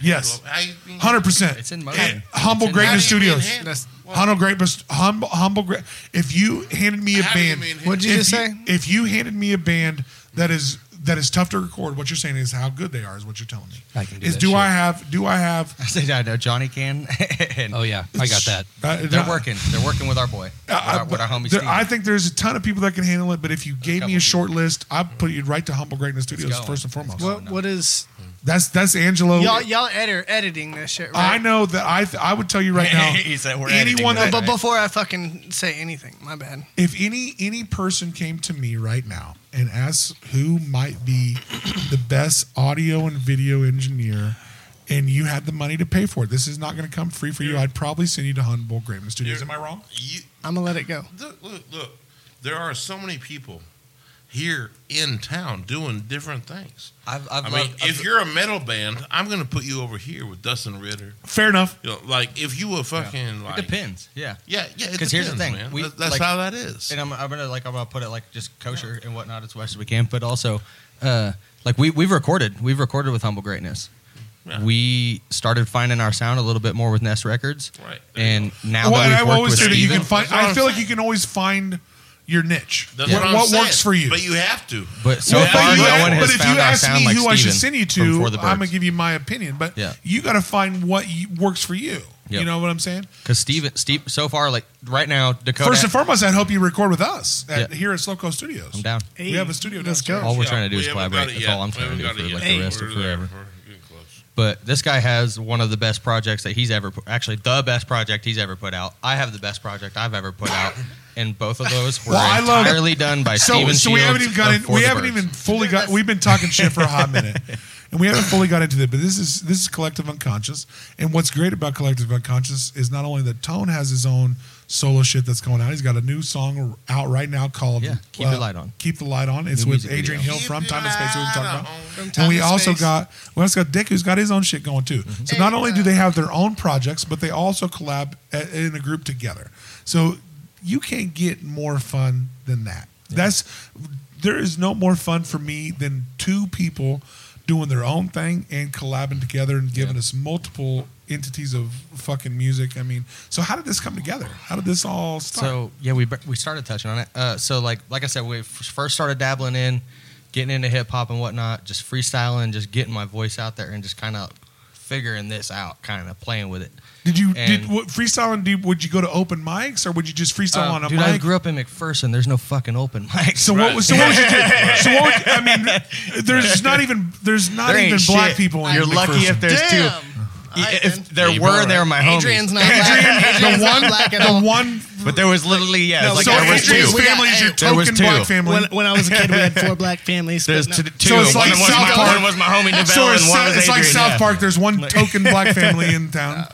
Speaker 2: Yes.
Speaker 1: How you being-
Speaker 2: 100%.
Speaker 4: Mm-hmm. It's in motion.
Speaker 2: And Humble
Speaker 4: It's
Speaker 1: how
Speaker 4: in
Speaker 2: Greatness
Speaker 1: you being
Speaker 2: Studios.
Speaker 1: handled?
Speaker 3: That's-
Speaker 1: Well,
Speaker 2: Humble great, humble, humble great. If you handed me a
Speaker 1: How do you
Speaker 2: band,
Speaker 1: mean handled?
Speaker 3: What'd you
Speaker 2: if
Speaker 3: just say?
Speaker 2: If you handed me a band that is that is tough to record, what you're saying is how good they are. Is what you're telling me.
Speaker 6: I can do
Speaker 2: is
Speaker 6: that
Speaker 2: do
Speaker 6: shit.
Speaker 2: I have do I have?
Speaker 4: I said I know Johnny can. (laughs) and
Speaker 6: Oh yeah, I got that.
Speaker 2: Uh,
Speaker 4: They're
Speaker 2: uh,
Speaker 4: working. They're working with our boy, with,
Speaker 2: I-
Speaker 4: our, with our homie
Speaker 2: there-
Speaker 4: Steve.
Speaker 2: I think there's a ton of people that can handle it, but if you gave me
Speaker 4: couple
Speaker 2: a short list, I'd put you right to Humble Greatness Studios
Speaker 4: going.
Speaker 2: first and
Speaker 4: It's
Speaker 2: foremost.
Speaker 3: What what is
Speaker 2: That's that's Angelo.
Speaker 3: y'all y'all edit, editing this shit? Right?
Speaker 2: I know that I th- I would tell you right now.
Speaker 4: He said we're
Speaker 2: anyone
Speaker 4: editing
Speaker 2: that
Speaker 4: that,
Speaker 3: But before I fucking say anything, my bad.
Speaker 2: if any any person came to me right now and asked who might be the best audio and video engineer and you had the money to pay for it this is not going to come free for you i'd probably send you to humble Graham studios am i wrong
Speaker 1: you-
Speaker 3: I'm gonna let it go.
Speaker 1: look, look, look. There are so many people here in town doing different things.
Speaker 4: I've, I've
Speaker 1: I mean,
Speaker 4: loved-
Speaker 1: if you're a metal band, I'm going to put you over here with Dustin Ritter.
Speaker 2: fair enough
Speaker 1: You know, like if you were fucking
Speaker 4: I've-
Speaker 1: like
Speaker 4: it depends. Yeah.
Speaker 1: Yeah, yeah. Because
Speaker 4: 'Cause here's the thing,
Speaker 1: man.
Speaker 4: we-
Speaker 1: That- that's
Speaker 4: like-
Speaker 1: how that is.
Speaker 4: and I'm, I'm gonna like I'm gonna put it like just kosher and whatnot as much as we can, but also uh, like we we've recorded we've recorded with humble greatness.
Speaker 1: Yeah.
Speaker 4: We started finding our sound a little bit more with Nest Records,
Speaker 1: Right.
Speaker 4: And now
Speaker 2: well,
Speaker 4: that
Speaker 2: and
Speaker 4: we've
Speaker 2: i've
Speaker 4: worked
Speaker 2: always
Speaker 4: with
Speaker 2: said that you
Speaker 4: Steven,
Speaker 2: can find
Speaker 1: That's what
Speaker 2: i
Speaker 1: I'm
Speaker 2: feel like you
Speaker 1: saying.
Speaker 2: can always find your niche
Speaker 1: That's
Speaker 2: what,
Speaker 1: what, I'm
Speaker 2: what
Speaker 1: saying.
Speaker 2: works for you
Speaker 1: But you have to.
Speaker 4: But so
Speaker 1: Yeah,
Speaker 4: far,
Speaker 1: but
Speaker 4: no
Speaker 1: you-
Speaker 4: one has
Speaker 2: but if
Speaker 4: found
Speaker 2: you
Speaker 4: our
Speaker 2: ask
Speaker 4: sound
Speaker 2: me
Speaker 4: like
Speaker 2: who I should
Speaker 4: Steven
Speaker 2: send you
Speaker 4: from
Speaker 2: to,
Speaker 4: For the
Speaker 2: I'm gonna
Speaker 4: Birds.
Speaker 2: give you my opinion. But
Speaker 4: Yeah.
Speaker 2: you got to find what you, works for you.
Speaker 4: Yep.
Speaker 2: You know what I'm saying?
Speaker 4: Because Steven, Steve, so far, like right now, Dakota.
Speaker 2: First and foremost, I'd hope you record with us at,
Speaker 4: Yeah.
Speaker 2: here at Slowco Studios.
Speaker 4: I'm down.
Speaker 2: We have a studio
Speaker 3: Let's
Speaker 2: downstairs.
Speaker 4: All
Speaker 3: go.
Speaker 4: we're
Speaker 1: Yeah,
Speaker 4: trying to do
Speaker 1: we
Speaker 4: is
Speaker 1: haven't
Speaker 4: collaborate.
Speaker 1: got it
Speaker 4: That's
Speaker 1: yet.
Speaker 4: all I'm
Speaker 1: We
Speaker 4: trying
Speaker 1: haven't
Speaker 4: to do
Speaker 1: got it
Speaker 4: for like
Speaker 1: yet.
Speaker 4: the rest
Speaker 1: We're
Speaker 4: of
Speaker 1: there.
Speaker 4: forever.
Speaker 1: We're getting close.
Speaker 4: But this guy has one of the best projects that he's ever, actually the best project he's ever put out. I have the best project I've ever
Speaker 2: (laughs)
Speaker 4: put out, and both of those were
Speaker 2: Well, I love-
Speaker 4: entirely done by
Speaker 2: So,
Speaker 4: Steven.
Speaker 2: so we haven't even
Speaker 4: Shields
Speaker 2: got
Speaker 4: of
Speaker 2: in,
Speaker 4: For
Speaker 2: we
Speaker 4: the
Speaker 2: haven't
Speaker 4: Birds.
Speaker 2: even fully got we've been talking shit for a
Speaker 4: (laughs)
Speaker 2: hot minute. And we haven't fully got into that, but this is this is collective unconscious. And what's great about collective unconscious is not only that Tone has his own solo shit that's going out. He's got a new song out right now called uh,
Speaker 4: Yeah, Keep the Light On.
Speaker 2: Keep the light on. It's
Speaker 4: New
Speaker 2: with
Speaker 4: music video.
Speaker 2: Adrian Hill
Speaker 1: Keep
Speaker 2: from
Speaker 1: the
Speaker 2: Time and Space. Who we
Speaker 1: light
Speaker 2: talked
Speaker 1: on.
Speaker 2: about.
Speaker 1: From
Speaker 2: and
Speaker 3: Time
Speaker 2: we
Speaker 3: and
Speaker 2: also
Speaker 3: Space.
Speaker 2: got we also got Dick, who's got his own shit going too.
Speaker 4: Mm-hmm.
Speaker 2: So not only do they have their own projects, but they also collab a, in a group together. So you can't get more fun than that. That's there is no more fun for me than two people doing their own thing and collabing together and giving us multiple entities of fucking music. I mean, so how did this come together? How did this all start?
Speaker 4: So yeah, we we started touching on it. Uh, so like like I said, we f- first started dabbling in, getting into hip hop and whatnot, just freestyling, just getting my voice out there, and just kind of figuring this out, kind of playing with it.
Speaker 2: Did you did
Speaker 4: And-
Speaker 2: what, freestyling? Do you, would you go to open mics or would you just freestyle
Speaker 4: Um,
Speaker 2: on a
Speaker 4: dude,
Speaker 2: mic?
Speaker 4: I grew up in McPherson. There's no fucking open (laughs) mics.
Speaker 2: so what was so what was your so what would you- I mean? There's not even there's not
Speaker 4: There ain't
Speaker 2: even black
Speaker 4: shit.
Speaker 2: people. In
Speaker 5: You're
Speaker 2: McPherson.
Speaker 5: lucky if there's two.
Speaker 3: Damn.
Speaker 4: Yeah,
Speaker 3: Alright,
Speaker 4: if
Speaker 3: then.
Speaker 4: there
Speaker 5: Hey,
Speaker 4: were,
Speaker 5: bro.
Speaker 4: they were my
Speaker 3: Adrian's
Speaker 4: homies.
Speaker 3: not black. Adrian's
Speaker 2: the one
Speaker 3: not black at all.
Speaker 2: the one.
Speaker 5: But there was literally yeah,
Speaker 3: No,
Speaker 5: like
Speaker 2: so
Speaker 5: there was
Speaker 2: Adrian's
Speaker 5: two.
Speaker 3: we got-
Speaker 2: family is your
Speaker 5: there was
Speaker 2: token black
Speaker 5: two.
Speaker 2: family.
Speaker 3: When, when I was a kid, we had four black families. but
Speaker 5: There's
Speaker 3: no.
Speaker 5: t- two.
Speaker 2: So it's
Speaker 5: one,
Speaker 2: like
Speaker 5: was
Speaker 2: South
Speaker 5: my,
Speaker 2: Park.
Speaker 5: one was my homie Novello,
Speaker 2: so
Speaker 5: and
Speaker 2: it's,
Speaker 5: one
Speaker 2: South-
Speaker 5: was
Speaker 2: it's like
Speaker 5: Adrian.
Speaker 2: South
Speaker 5: yeah.
Speaker 2: Park. There's one token black family in town.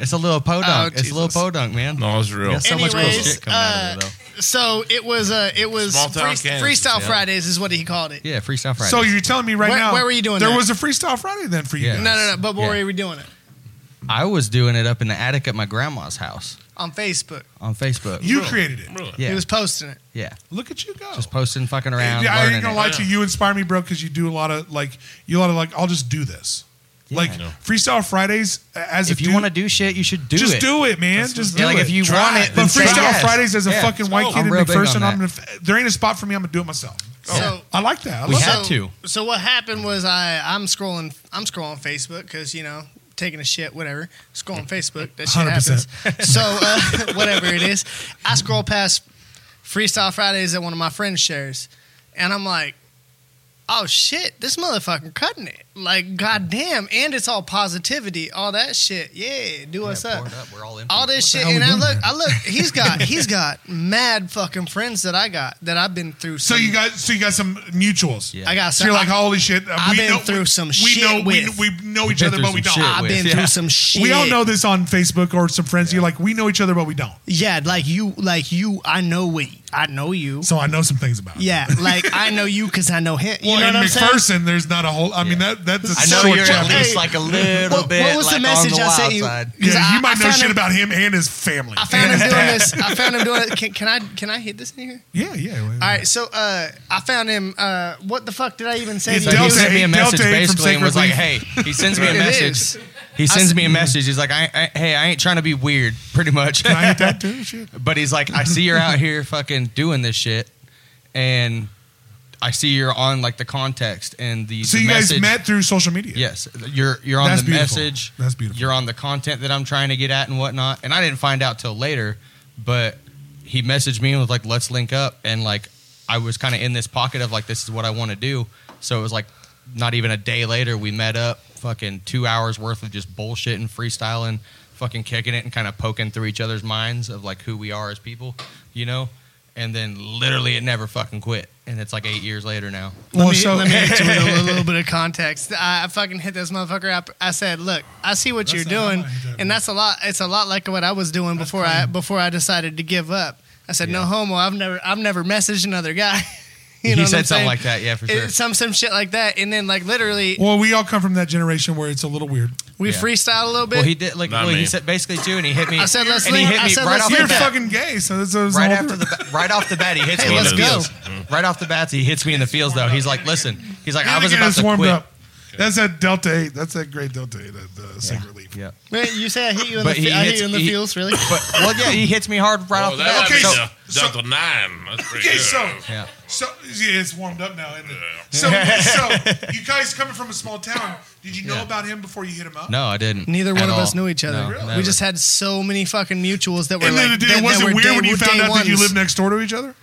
Speaker 4: It's a little podunk.
Speaker 3: Oh,
Speaker 4: it's a little
Speaker 3: Jesus.
Speaker 4: podunk, man.
Speaker 1: No, it's real.
Speaker 4: We got so much cool
Speaker 3: Anyways,
Speaker 4: shit coming out of
Speaker 3: uh,
Speaker 4: there,
Speaker 3: so it was uh, it was
Speaker 1: Small town
Speaker 3: free-
Speaker 1: Kansas,
Speaker 3: freestyle
Speaker 1: yeah.
Speaker 3: Fridays is what he called it.
Speaker 4: though. Yeah, freestyle Friday.
Speaker 2: So you're telling me right
Speaker 3: Where-
Speaker 2: now?
Speaker 3: where were you doing
Speaker 2: There
Speaker 3: that?
Speaker 2: was a freestyle Friday then for you.
Speaker 4: Yeah.
Speaker 2: guys.
Speaker 3: No, no, no. But where
Speaker 4: Yeah.
Speaker 3: were we doing it?
Speaker 4: I was doing it up in the attic at my grandma's house
Speaker 3: On Facebook.
Speaker 4: on Facebook.
Speaker 2: You created it.
Speaker 1: Really?
Speaker 4: yeah,
Speaker 3: He was posting it.
Speaker 4: yeah,
Speaker 2: Look at you go.
Speaker 4: just posting, fucking around.
Speaker 2: Yeah, I
Speaker 4: learning
Speaker 2: ain't gonna
Speaker 4: it.
Speaker 2: lie to you. You inspire me, bro, because you do a lot of like you a lot of like. I'll just do this.
Speaker 4: Yeah.
Speaker 2: Like
Speaker 1: No.
Speaker 2: freestyle Fridays, a- as
Speaker 4: If
Speaker 2: a
Speaker 4: you
Speaker 2: dude-
Speaker 4: want to do shit, you should do
Speaker 2: just
Speaker 4: it.
Speaker 2: do it, man. just
Speaker 4: yeah,
Speaker 2: do
Speaker 4: like,
Speaker 2: it.
Speaker 4: if you want it,
Speaker 2: but
Speaker 4: then say
Speaker 2: freestyle
Speaker 4: yes.
Speaker 2: Fridays as a
Speaker 4: Yeah.
Speaker 2: fucking white
Speaker 4: I'm
Speaker 2: kid in
Speaker 4: real big
Speaker 2: McPherson,
Speaker 4: on
Speaker 2: I'm
Speaker 4: that.
Speaker 2: gonna. f- There ain't a spot for me. I'm gonna do it myself.
Speaker 4: Oh.
Speaker 3: So-
Speaker 2: I like that. I
Speaker 4: We
Speaker 2: love
Speaker 4: had
Speaker 2: that.
Speaker 4: to.
Speaker 3: So what happened was I I'm scrolling I'm scrolling Facebook because you know taking a shit whatever scrolling Facebook that shit
Speaker 2: 100%.
Speaker 3: happens. (laughs) So uh, whatever it is, I scroll past Freestyle Fridays that one of my friends shares, and I'm like, oh shit, this motherfucker cutting it like goddamn, and it's all positivity, all that shit. Yeah, do
Speaker 4: Yeah,
Speaker 3: us
Speaker 4: pour
Speaker 3: up.
Speaker 4: it up. We're all in.
Speaker 3: All this shit,
Speaker 2: hell we
Speaker 3: and I
Speaker 2: doing
Speaker 3: look,
Speaker 2: here?
Speaker 3: I look. He's got, he's got mad fucking friends that I got that I've been through.
Speaker 2: So you got so you got some mutuals.
Speaker 4: Yeah.
Speaker 3: I got.
Speaker 2: So you're
Speaker 3: I-
Speaker 2: like, holy shit! uh,
Speaker 3: I've
Speaker 2: we
Speaker 3: been
Speaker 2: know,
Speaker 3: through
Speaker 2: we-
Speaker 3: some
Speaker 2: we
Speaker 3: shit
Speaker 2: Know, we-
Speaker 3: with.
Speaker 2: We, know each
Speaker 4: been
Speaker 2: other,
Speaker 4: through
Speaker 2: but we
Speaker 4: some
Speaker 2: don't.
Speaker 4: shit
Speaker 3: I've
Speaker 4: with.
Speaker 3: been
Speaker 4: Yeah.
Speaker 3: through some shit.
Speaker 2: We all know this on Facebook or some friends. You're like, we know each other, but we don't.
Speaker 3: Yeah, like you, like you. I know we. I know you.
Speaker 2: So I know some things about. it.
Speaker 3: Yeah, like I know you because I know him. You
Speaker 2: Well,
Speaker 3: know
Speaker 2: in
Speaker 3: what I'm
Speaker 2: McPherson,
Speaker 3: saying?
Speaker 2: there's not a whole. I mean, that that's a
Speaker 4: I know
Speaker 2: short
Speaker 4: you're at
Speaker 2: chapter.
Speaker 4: least like a little
Speaker 3: What-
Speaker 4: bit.
Speaker 3: what was the
Speaker 4: like, on
Speaker 3: message I
Speaker 4: wild
Speaker 3: sent you?
Speaker 4: side.
Speaker 2: Yeah,
Speaker 3: I-
Speaker 2: you might
Speaker 3: I
Speaker 2: know
Speaker 3: found
Speaker 2: shit
Speaker 3: him-
Speaker 2: about him and his family.
Speaker 3: I found him doing
Speaker 2: (laughs)
Speaker 3: this. I found him doing it. Can, can I? Can I hit this in here?
Speaker 2: yeah, yeah. All
Speaker 3: All right, so uh, I found him. Uh, what the fuck did I even say?
Speaker 2: It
Speaker 3: to
Speaker 4: So
Speaker 3: you?
Speaker 4: he
Speaker 2: Delta
Speaker 4: sent me a
Speaker 2: eight,
Speaker 4: message
Speaker 2: Delta eight from
Speaker 4: basically and was like,
Speaker 2: Sacred
Speaker 4: "Hey." He sends me a
Speaker 3: It
Speaker 4: message.
Speaker 3: is.
Speaker 4: He sends me a message. He's like, I, I, "Hey, I ain't trying to be weird, pretty much."
Speaker 2: Can I hit that too? Shit.
Speaker 4: (laughs) But he's like, I see you're out here fucking doing this shit, and I see you're on like the context and the.
Speaker 2: So
Speaker 4: the
Speaker 2: you guys
Speaker 4: message-
Speaker 2: met through social media?
Speaker 4: Yes, you're you're on
Speaker 2: That's
Speaker 4: the
Speaker 2: beautiful.
Speaker 4: message.
Speaker 2: That's beautiful.
Speaker 4: You're on the content that I'm trying to get at and whatnot. And I didn't find out till later, but he messaged me and was like, "Let's link up." And like, I was kind of in this pocket of like, this is what I want to do. So it was like, not even a day later, we met up. Fucking two hours worth of just bullshitting, freestyling, fucking kicking it, and kind of poking through each other's minds of like who we are as people, you know. And then literally, it never fucking quit. And it's like eight years later now.
Speaker 3: Let
Speaker 2: Well,
Speaker 3: me,
Speaker 2: so
Speaker 3: let me hit you with a little,
Speaker 4: (laughs)
Speaker 3: little bit of context. I, I fucking hit this motherfucker up. I said, "Look, I see what
Speaker 2: That's
Speaker 3: you're
Speaker 2: not how I
Speaker 3: doing,
Speaker 2: hit that
Speaker 3: and that's a lot. It's a lot like what I was doing before I before I decided to give up." I said, "No homo. I've never I've never messaged another guy." (laughs) you
Speaker 4: he
Speaker 3: know what
Speaker 4: said
Speaker 3: I'm
Speaker 4: something
Speaker 3: saying?
Speaker 4: like that, yeah, for
Speaker 3: It-
Speaker 4: sure.
Speaker 3: some some shit like that, and then like literally,
Speaker 2: Well, we all come from that generation where it's a little weird.
Speaker 3: we
Speaker 4: yeah.
Speaker 3: freestyle a little bit.
Speaker 4: Well, he did like
Speaker 1: Not
Speaker 4: well, he
Speaker 1: me.
Speaker 4: said basically too, and he hit me.
Speaker 3: I said, "Let's
Speaker 4: and he
Speaker 3: link."
Speaker 4: hit
Speaker 3: I
Speaker 4: me
Speaker 3: said,
Speaker 4: right
Speaker 3: "Let's
Speaker 4: off
Speaker 2: You're
Speaker 4: the
Speaker 3: link."
Speaker 4: bat.
Speaker 2: fucking gay, so this is
Speaker 4: Right after the ba- right off the bat, he hits
Speaker 3: Hey,
Speaker 4: me.
Speaker 3: let's
Speaker 4: in the
Speaker 3: go.
Speaker 4: feels.
Speaker 1: Mm-hmm.
Speaker 4: Right off the bat, he hits me in the feels though. He's like, "Listen," he's like, "I was about to
Speaker 2: warmed
Speaker 4: quit."
Speaker 2: up. That's that Delta Eight. That's that great Delta Eight. That uh, secret leap.
Speaker 4: Yeah,
Speaker 3: Wait, you say I hit you in
Speaker 4: (laughs) But
Speaker 3: the
Speaker 4: he
Speaker 3: fe- I hit
Speaker 4: hits-
Speaker 3: you in the
Speaker 4: he-
Speaker 3: feels,
Speaker 4: (coughs)
Speaker 3: really?
Speaker 4: but well, yeah, he hits me hard right
Speaker 1: Oh,
Speaker 4: off the
Speaker 1: that
Speaker 4: bat.
Speaker 1: okay,
Speaker 2: Okay,
Speaker 4: so,
Speaker 2: so-
Speaker 1: Delta Nine. That's pretty
Speaker 2: Okay,
Speaker 1: good.
Speaker 2: so
Speaker 4: Yeah.
Speaker 2: so yeah, it's warmed up now. Isn't it? So so you guys coming from a small town? Did you know
Speaker 4: Yeah.
Speaker 2: about him before you hit him up?
Speaker 4: no, I didn't.
Speaker 3: Neither
Speaker 4: At
Speaker 3: one of
Speaker 4: all.
Speaker 3: us knew each
Speaker 4: No,
Speaker 3: other.
Speaker 4: never.
Speaker 3: we just had so many fucking mutuals that were
Speaker 2: And
Speaker 3: like,
Speaker 2: then it,
Speaker 3: that-
Speaker 2: it
Speaker 3: that
Speaker 2: wasn't
Speaker 3: were
Speaker 2: weird
Speaker 3: day-
Speaker 2: when you
Speaker 3: were
Speaker 2: found
Speaker 3: day
Speaker 2: out that you
Speaker 3: ones.
Speaker 2: live next door to each other.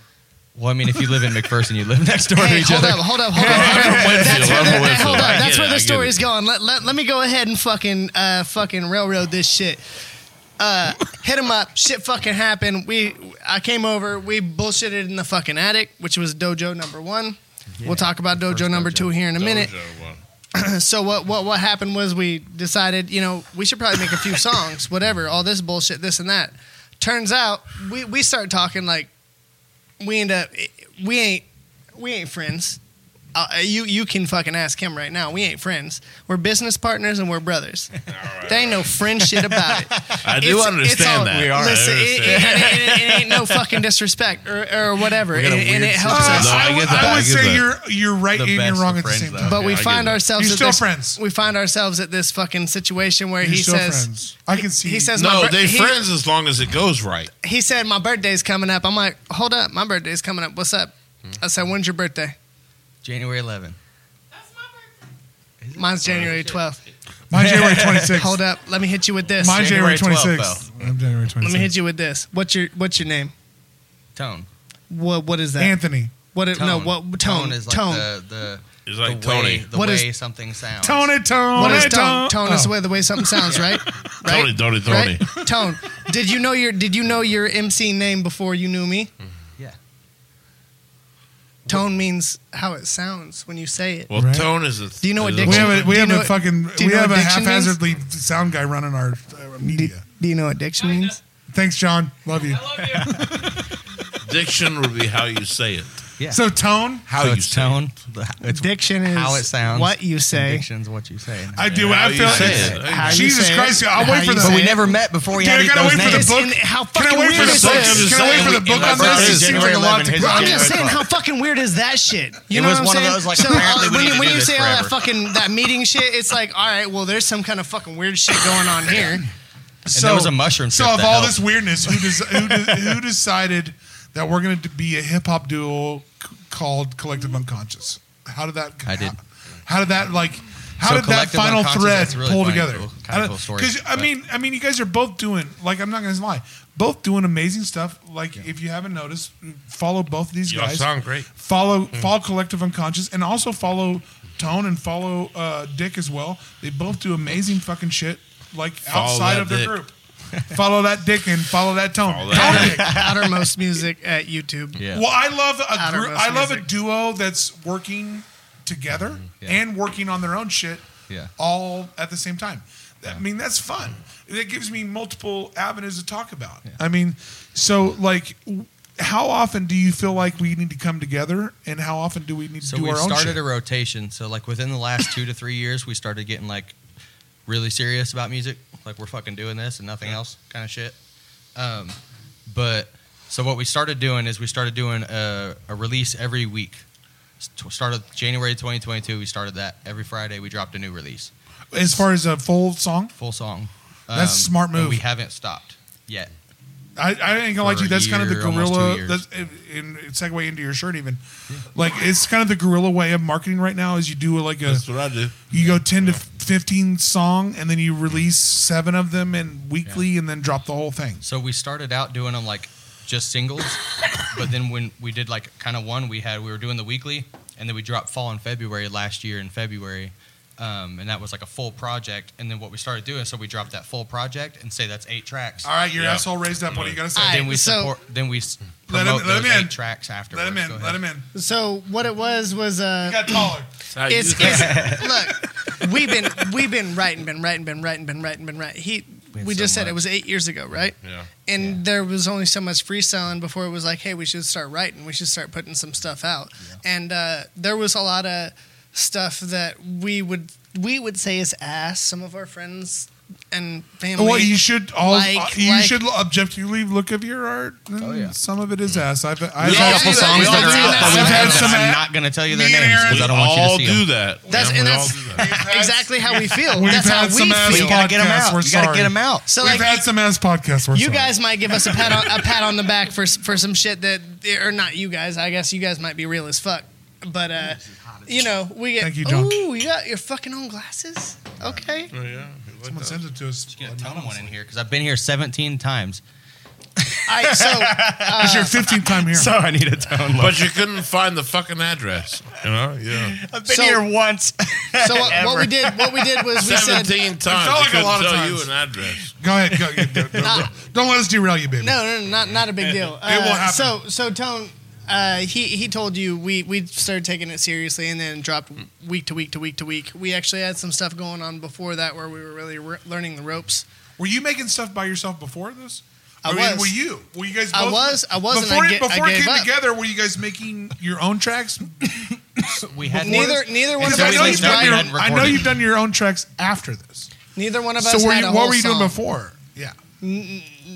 Speaker 4: Well, I mean, if you live in McPherson, you live (laughs) next door to
Speaker 3: Hey,
Speaker 4: each
Speaker 3: hold
Speaker 4: other.
Speaker 3: up, hold up,
Speaker 2: (laughs)
Speaker 3: hold up.
Speaker 1: Whitfield,
Speaker 3: That's where
Speaker 1: I'm from
Speaker 3: the- that- hold
Speaker 1: Whitfield.
Speaker 3: up.
Speaker 1: I
Speaker 3: That's
Speaker 1: get
Speaker 3: where
Speaker 1: it,
Speaker 3: the
Speaker 1: I get
Speaker 3: story
Speaker 1: it.
Speaker 3: is going. Let, let, let me go ahead and fucking uh, fucking railroad this shit. Uh, hit him up. Shit fucking happened. We I came over. We bullshitted in the fucking attic, which was dojo number one. we'll talk about dojo
Speaker 4: first
Speaker 3: number
Speaker 4: dojo.
Speaker 3: two here in a minute.
Speaker 1: Doja one.
Speaker 3: So what what what happened was we decided you know we should probably make a few songs, whatever. All this bullshit, this and that. Turns out we we start talking like we end up we ain't we ain't friends. Uh, you you can fucking ask him right now. We ain't friends. We're business partners and
Speaker 1: (laughs)
Speaker 3: we're brothers. There ain't no friend shit about it.
Speaker 1: I do
Speaker 3: It's-
Speaker 1: understand
Speaker 3: it's all-
Speaker 1: that. We are.
Speaker 3: Listen,
Speaker 1: I
Speaker 3: it, it,
Speaker 1: understand.
Speaker 3: it- it- it ain't no fucking disrespect or, or whatever. And,
Speaker 4: got a
Speaker 3: and
Speaker 4: weird
Speaker 3: it helps
Speaker 1: system.
Speaker 3: us.
Speaker 1: No, I get that.
Speaker 2: would
Speaker 1: I get
Speaker 2: say
Speaker 1: that.
Speaker 2: you're you're right
Speaker 4: The
Speaker 2: and you're
Speaker 4: best
Speaker 2: wrong
Speaker 4: of
Speaker 2: at the
Speaker 4: friends,
Speaker 2: same
Speaker 4: though.
Speaker 2: time.
Speaker 3: But
Speaker 1: Okay,
Speaker 3: we
Speaker 1: I get
Speaker 3: find
Speaker 1: that.
Speaker 3: ourselves
Speaker 2: You're
Speaker 3: at
Speaker 2: still
Speaker 3: this,
Speaker 2: friends.
Speaker 3: We find ourselves at this fucking situation where
Speaker 2: You're
Speaker 3: he
Speaker 2: still
Speaker 3: says
Speaker 2: friends. I can see.
Speaker 3: he says my
Speaker 1: No,
Speaker 3: bir-
Speaker 1: they
Speaker 3: he,
Speaker 1: friends as long as it goes right.
Speaker 3: He said my birthday's coming up. I'm like, hold up, my birthday's coming up. What's up?
Speaker 4: Hmm.
Speaker 3: I said, when's your birthday?
Speaker 4: January 11th.
Speaker 3: Mine's January 12th.
Speaker 2: Mine January 26th.
Speaker 3: Hold up. Let me hit you with this.
Speaker 2: Mine January
Speaker 5: January 12th,
Speaker 2: 26th. I'm January 26th.
Speaker 3: Let me hit you with this. What's your What's your name?
Speaker 4: Tone.
Speaker 3: What What is that?
Speaker 2: Anthony.
Speaker 3: What? It,
Speaker 4: Tone.
Speaker 3: no. What tone?
Speaker 4: is like
Speaker 3: tone.
Speaker 4: the the.
Speaker 1: It's like
Speaker 4: the way,
Speaker 1: Tony.
Speaker 4: The
Speaker 3: What is-
Speaker 4: way something sounds.
Speaker 2: Tony Tone.
Speaker 3: what is tone? Tone is
Speaker 2: Oh.
Speaker 3: the way the way something sounds, right?
Speaker 1: Tony,
Speaker 3: right?
Speaker 1: Tony, Tony.
Speaker 3: Right? Tone. Did you know your Did you know your MC name before you knew me?
Speaker 4: Yeah.
Speaker 3: Tone means how it sounds when you say it.
Speaker 1: Well,
Speaker 2: Right.
Speaker 1: tone is a.
Speaker 3: Do you know what
Speaker 1: is
Speaker 2: We
Speaker 3: diction-
Speaker 2: have a, we
Speaker 3: Do you
Speaker 2: have
Speaker 3: know
Speaker 2: a
Speaker 3: what-
Speaker 2: fucking
Speaker 3: do you
Speaker 2: we
Speaker 3: know
Speaker 2: have a
Speaker 3: what diction means?
Speaker 2: haphazardly sound guy running our uh,
Speaker 3: Do,
Speaker 2: media.
Speaker 3: do you know what diction means?
Speaker 2: Thanks, John. Love you.
Speaker 1: Diction would be how you say it.
Speaker 4: Yeah.
Speaker 2: So tone.
Speaker 1: How
Speaker 4: So
Speaker 1: you
Speaker 4: it's
Speaker 1: say it.
Speaker 4: tone. (laughs) the- It's
Speaker 3: Diction is
Speaker 4: how it sounds.
Speaker 3: What you
Speaker 4: and
Speaker 3: say.
Speaker 4: Diction's what you say.
Speaker 2: I do.
Speaker 1: How
Speaker 2: I
Speaker 1: you
Speaker 2: feel.
Speaker 1: say
Speaker 2: it's-
Speaker 1: it.
Speaker 3: How you
Speaker 2: Jesus
Speaker 3: say it,
Speaker 2: Christ! I'll
Speaker 3: how
Speaker 2: wait for
Speaker 3: you
Speaker 2: the.
Speaker 3: say
Speaker 4: But we
Speaker 3: it.
Speaker 4: never met before he
Speaker 2: Dude,
Speaker 4: had
Speaker 2: I
Speaker 4: to get
Speaker 2: gotta
Speaker 4: those
Speaker 2: wait for the
Speaker 4: names.
Speaker 2: book.
Speaker 3: And how
Speaker 2: Can I
Speaker 3: fucking
Speaker 2: wait
Speaker 3: weird
Speaker 2: for the
Speaker 3: is
Speaker 2: book?
Speaker 3: this?
Speaker 2: Can I wait for the book on
Speaker 5: birthday
Speaker 2: this?
Speaker 5: is January
Speaker 2: Secret
Speaker 5: 11.
Speaker 2: of Lock-
Speaker 5: His is
Speaker 3: I'm just
Speaker 5: January
Speaker 3: saying
Speaker 5: 12th.
Speaker 3: how fucking weird is that shit. You
Speaker 4: It
Speaker 3: know what
Speaker 4: was
Speaker 3: I'm
Speaker 4: one of
Speaker 3: saying?
Speaker 4: those, like,
Speaker 3: so uh,
Speaker 4: apparently we
Speaker 3: when,
Speaker 4: need
Speaker 3: you-
Speaker 4: to
Speaker 3: when
Speaker 4: do
Speaker 3: you
Speaker 4: this
Speaker 3: say all that
Speaker 4: forever.
Speaker 3: fucking that meeting shit, it's like, all right, well, there's some kind of fucking weird shit going
Speaker 4: (laughs)
Speaker 3: on here.
Speaker 4: And there was a mushroom
Speaker 2: So of
Speaker 4: trip that
Speaker 2: all
Speaker 4: helped.
Speaker 2: this weirdness, who, des- who,
Speaker 4: (laughs)
Speaker 2: de- who decided that we're going to be a hip hop duo c- called Collective Unconscious? How did that?
Speaker 4: I did.
Speaker 2: How, did that like? How
Speaker 4: So
Speaker 2: did that
Speaker 4: Collective
Speaker 2: final
Speaker 4: Unconscious,
Speaker 2: thread
Speaker 4: that's really
Speaker 2: pull
Speaker 4: funny,
Speaker 2: together?
Speaker 4: cool- kinda cool story,
Speaker 2: Because I
Speaker 4: but-
Speaker 2: mean, I mean, you guys are both doing like I'm not going to lie, both doing amazing stuff. Like if you haven't noticed, follow both of these
Speaker 1: Y'all
Speaker 2: guys.
Speaker 1: sound great. Hmm.
Speaker 2: Follow follow Collective Unconscious and also follow Tone and follow uh, Dick as well. They both do amazing fucking shit. Like
Speaker 1: Follow
Speaker 2: outside
Speaker 1: that
Speaker 2: of their
Speaker 1: dick.
Speaker 2: group. (laughs) Follow that dick and follow that tone.
Speaker 1: Follow that
Speaker 2: Tone
Speaker 3: Outermost music at YouTube.
Speaker 4: Yeah.
Speaker 2: dick. Well, I love a
Speaker 3: Outer
Speaker 2: group.
Speaker 3: Mouse
Speaker 2: I love a
Speaker 3: music.
Speaker 2: duo that's working together
Speaker 4: yeah.
Speaker 2: and working on their own shit.
Speaker 4: Yeah.
Speaker 2: All at the same time. I mean, that's fun. That gives me multiple avenues to talk about. I mean, so like. w- How often do you feel like we need to come together, and how often do we need to
Speaker 4: So
Speaker 2: do
Speaker 4: we
Speaker 2: our own shit?
Speaker 4: started a rotation. So like within the last two to three years, we started getting like really serious about music. Like we're fucking doing this and nothing else, kind of shit. Um, but so what we started doing is we started doing a, a release every week. St- Started January 2022. We started that every Friday. We dropped a new release,
Speaker 2: as far as a full song,
Speaker 4: full song.
Speaker 2: That's a smart
Speaker 4: and
Speaker 2: move.
Speaker 4: we haven't stopped yet.
Speaker 2: I, I ain't gonna lie to
Speaker 4: For
Speaker 2: you.
Speaker 4: a
Speaker 2: That's kind of the
Speaker 4: year, almost two
Speaker 2: gorilla.
Speaker 4: years.
Speaker 2: That's in, in segue into your shirt even. Like it's kind of the gorilla way of marketing right now. Is you do like a
Speaker 1: That's what I do.
Speaker 2: you go ten to fifteen song and then you release seven of them and weekly and then drop the whole thing.
Speaker 4: So we started out doing them like just singles, (coughs) but then when we did like kind of one, we had we were doing the weekly, and then we dropped Fall in February last year in February, um, and that was like a full project. And then what we started doing, so we dropped that full project and say that's eight tracks.
Speaker 2: All right, your
Speaker 1: Yeah.
Speaker 2: asshole raised up. What are you gonna say?
Speaker 3: All right,
Speaker 4: Then we
Speaker 3: so-
Speaker 4: support. Then we s-
Speaker 2: Hmm. Let him-
Speaker 4: promote
Speaker 2: let him
Speaker 4: those
Speaker 2: in.
Speaker 4: eight tracks after.
Speaker 2: let him in. Let him in.
Speaker 3: So what it was was uh,
Speaker 2: Got taller.
Speaker 1: How you
Speaker 3: it's,
Speaker 1: say it.
Speaker 3: it's (laughs) look, we've been we've been writing, been writing, been writing, been writing, been writing. He
Speaker 4: Been
Speaker 3: we
Speaker 4: so
Speaker 3: just said it
Speaker 4: much.
Speaker 3: was eight years ago, right?
Speaker 1: Yeah.
Speaker 3: And there was only so much freestyling before it was like, hey, we should start writing, we should start putting some stuff out. And uh, there was a lot of stuff that we would we would say is ass. Some of our friends and family.
Speaker 2: Well, you should all uh,
Speaker 3: like-
Speaker 2: you
Speaker 3: like-
Speaker 2: should objectively look at your art.
Speaker 4: Oh, yeah.
Speaker 2: Some of it is ass. I've, I've
Speaker 1: We
Speaker 4: There's a
Speaker 1: all
Speaker 4: couple
Speaker 1: do that.
Speaker 4: songs
Speaker 1: We
Speaker 4: that
Speaker 1: all
Speaker 4: are
Speaker 1: do
Speaker 4: out
Speaker 1: that.
Speaker 4: that we
Speaker 2: I've had
Speaker 4: have that
Speaker 2: some
Speaker 4: I'm
Speaker 2: ad-
Speaker 4: not going to tell you their
Speaker 2: Me and
Speaker 4: names
Speaker 2: Aaron-
Speaker 4: because
Speaker 1: We
Speaker 4: I don't want you
Speaker 1: all
Speaker 4: to see
Speaker 1: do
Speaker 4: them.
Speaker 1: that.
Speaker 3: That's
Speaker 1: Yeah,
Speaker 3: and
Speaker 1: we all
Speaker 3: that's
Speaker 1: do that.
Speaker 3: exactly how we feel.
Speaker 2: We've
Speaker 3: that's how
Speaker 2: had some
Speaker 3: we
Speaker 2: ass
Speaker 4: But
Speaker 3: feel.
Speaker 4: you gotta get them
Speaker 2: Podcasts,
Speaker 4: out.
Speaker 2: we're
Speaker 4: You gotta
Speaker 2: sorry.
Speaker 4: get them out.
Speaker 3: So
Speaker 2: We've
Speaker 3: like
Speaker 2: had some ass podcasts. We're
Speaker 3: you
Speaker 2: sorry.
Speaker 3: guys might give us a pat on a pat on the back for s- for some shit that or not you guys. I guess you guys might be real as fuck. But uh, you know we get.
Speaker 2: Thank you, John.
Speaker 3: Ooh, you got your fucking own glasses. Okay.
Speaker 1: Oh, yeah. You like
Speaker 2: Someone
Speaker 1: that?
Speaker 2: sends it to us.
Speaker 4: Get a ton of one in here because I've been here 17 times.
Speaker 2: (laughs)
Speaker 3: All right. So
Speaker 2: It's your 15th time
Speaker 3: (laughs)
Speaker 2: here.
Speaker 5: So (laughs) I need a tone.
Speaker 1: But you couldn't find the fucking address. You know? Yeah.
Speaker 5: I've been
Speaker 3: So-
Speaker 5: here once.
Speaker 3: so what, what we did what we did was we said
Speaker 1: 17 times.
Speaker 2: felt
Speaker 1: I
Speaker 2: like a
Speaker 1: couldn't
Speaker 2: lot of
Speaker 1: tell
Speaker 2: times.
Speaker 1: you an address.
Speaker 2: Go ahead. Go, go,
Speaker 3: (laughs)
Speaker 2: go, go, go. Don't let us derail you, baby.
Speaker 3: no, no, no, not not a big deal. Uh,
Speaker 2: will happen.
Speaker 3: So so tone. Uh, he he told you we we started taking it seriously and then dropped week to week to week to week. We actually had some stuff going on before that where we were really re- learning the ropes.
Speaker 2: Were you making stuff by yourself before this?
Speaker 3: I
Speaker 2: Or
Speaker 3: was.
Speaker 2: Were you? Were you guys?
Speaker 3: I
Speaker 2: both-
Speaker 3: was- I was, and
Speaker 2: Before,
Speaker 3: I
Speaker 2: it-
Speaker 3: ga- I
Speaker 2: before it
Speaker 3: gave
Speaker 2: came
Speaker 3: up.
Speaker 2: together, were you guys making your own tracks?
Speaker 4: (laughs) We had
Speaker 3: Neither neither one
Speaker 2: Because
Speaker 3: of
Speaker 4: so
Speaker 2: I
Speaker 4: we
Speaker 2: know,
Speaker 3: us
Speaker 2: you've
Speaker 3: was
Speaker 4: went back
Speaker 2: done
Speaker 4: and
Speaker 2: your,
Speaker 3: writing.
Speaker 4: hadn't
Speaker 2: I know
Speaker 4: recorded.
Speaker 2: you've done your own tracks after this.
Speaker 3: Neither one of us
Speaker 2: So were
Speaker 3: had
Speaker 2: you,
Speaker 3: a
Speaker 2: what
Speaker 3: whole
Speaker 2: were you doing
Speaker 3: song.
Speaker 2: before? Yeah.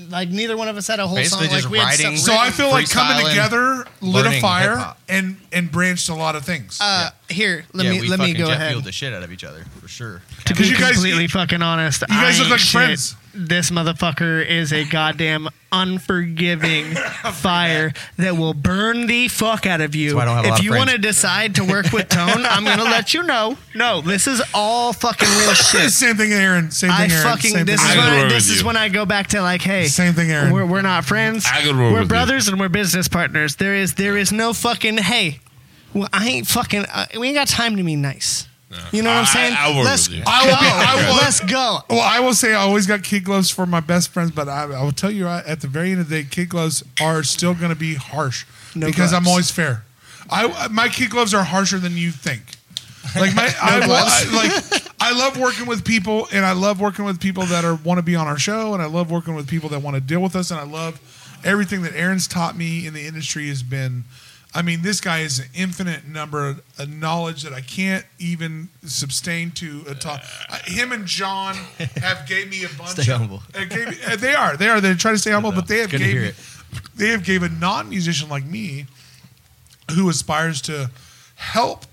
Speaker 3: Like neither one of us had a whole
Speaker 4: Basically
Speaker 3: song.
Speaker 4: just
Speaker 3: like we had
Speaker 4: writing.
Speaker 3: stuff
Speaker 2: So I feel like coming
Speaker 4: freestyling,
Speaker 2: together lit a
Speaker 4: learning
Speaker 2: fire
Speaker 4: hip-hop.
Speaker 2: and and branched a lot of things.
Speaker 3: Uh, Here, let
Speaker 4: yeah,
Speaker 3: me
Speaker 4: we
Speaker 3: let me
Speaker 4: fucking
Speaker 3: go
Speaker 4: jet
Speaker 3: ahead.
Speaker 4: fueled the shit out of each other for sure.
Speaker 2: Because you guys, you
Speaker 3: fucking honest,
Speaker 2: guys look like friends.
Speaker 3: this motherfucker is a goddamn
Speaker 4: (laughs)
Speaker 3: unforgiving fire that will burn the fuck out of you.
Speaker 4: why I don't have a
Speaker 3: if
Speaker 4: lot of
Speaker 3: you
Speaker 4: friends.
Speaker 3: want to decide to work with Tone, I'm gonna let you know. No, this is all fucking
Speaker 4: (laughs)
Speaker 3: real shit.
Speaker 2: Same thing, Aaron. Same thing,
Speaker 3: I
Speaker 2: Aaron.
Speaker 3: fucking
Speaker 2: Same
Speaker 3: this
Speaker 2: thing,
Speaker 3: is
Speaker 1: I
Speaker 2: Aaron.
Speaker 3: when
Speaker 1: agree
Speaker 3: I,
Speaker 1: with
Speaker 3: this is
Speaker 1: you.
Speaker 3: when I go back to like, hey,
Speaker 2: Same thing, Aaron.
Speaker 3: We're, we're not friends.
Speaker 1: I agree with
Speaker 3: we're
Speaker 1: you.
Speaker 3: brothers and we're business partners. There is there is no fucking hey. Well, I ain't fucking. Uh, we ain't got time to be nice. You know what
Speaker 1: I-
Speaker 3: I'm saying?
Speaker 1: I- I work
Speaker 3: Let's
Speaker 1: with you.
Speaker 3: go.
Speaker 2: I will be- I will-
Speaker 3: Let's go.
Speaker 2: Well, I will say I always got kid gloves for my best friends, but I, I will tell you I- at the very end of the day, kid gloves are still going to be harsh
Speaker 3: No
Speaker 2: because I'm
Speaker 3: gloves.
Speaker 2: always fair. I my kid gloves are harsher than you think. Like my, I, wa- I- like I love working with people, and I love working with people that are want to be on our show, and I love working with people that want to deal with us, and I love everything that Aaron's taught me in the industry has been. I mean, this guy is an infinite number of, of knowledge that I can't even sustain to a talk. Uh, him and John have gave me a bunch.
Speaker 4: Stay
Speaker 2: of,
Speaker 4: humble.
Speaker 2: uh, gave me- uh, they are. They are. They try to stay humble,
Speaker 4: know.
Speaker 2: but they have
Speaker 4: Good to
Speaker 2: gave
Speaker 4: hear
Speaker 2: me,
Speaker 4: it.
Speaker 2: they have gave a non-musician like me who aspires to help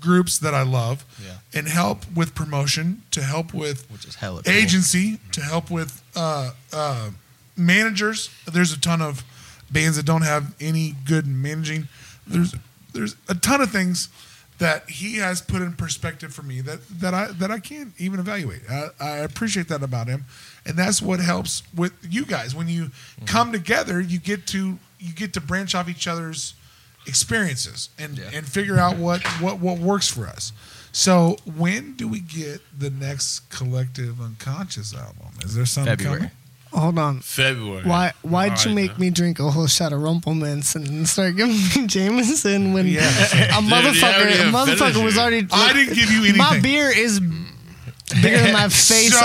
Speaker 2: groups that I love
Speaker 4: Yeah.
Speaker 2: and help with promotion, to help with
Speaker 4: Which is hella cool. Mm-hmm.
Speaker 2: agency, to help with uh, uh, managers. There's a ton of bands that don't have any good managing. There's there's a ton of things that he has put in perspective for me that, that I that I can't even evaluate. I, I appreciate that about him, and that's what helps with you guys when you
Speaker 4: Mm-hmm.
Speaker 2: come together. You get to you get to branch off each other's experiences and
Speaker 4: Yeah.
Speaker 2: and figure out what what what works for us. So when do we get the next collective unconscious album? Is there something
Speaker 4: February.
Speaker 2: coming?
Speaker 3: Hold on.
Speaker 1: February.
Speaker 3: Why why'd
Speaker 1: All
Speaker 3: you
Speaker 1: right,
Speaker 3: make
Speaker 1: now.
Speaker 3: me drink a whole shot of Rumplemans and start giving me (laughs) Jameson when
Speaker 2: Yeah.
Speaker 3: a motherfucker
Speaker 1: already
Speaker 3: a
Speaker 1: have
Speaker 3: motherfucker
Speaker 1: finished
Speaker 3: was
Speaker 1: it.
Speaker 3: already
Speaker 2: I didn't give you
Speaker 3: My
Speaker 2: anything.
Speaker 3: beer is bigger
Speaker 1: (laughs)
Speaker 3: than my face
Speaker 2: so,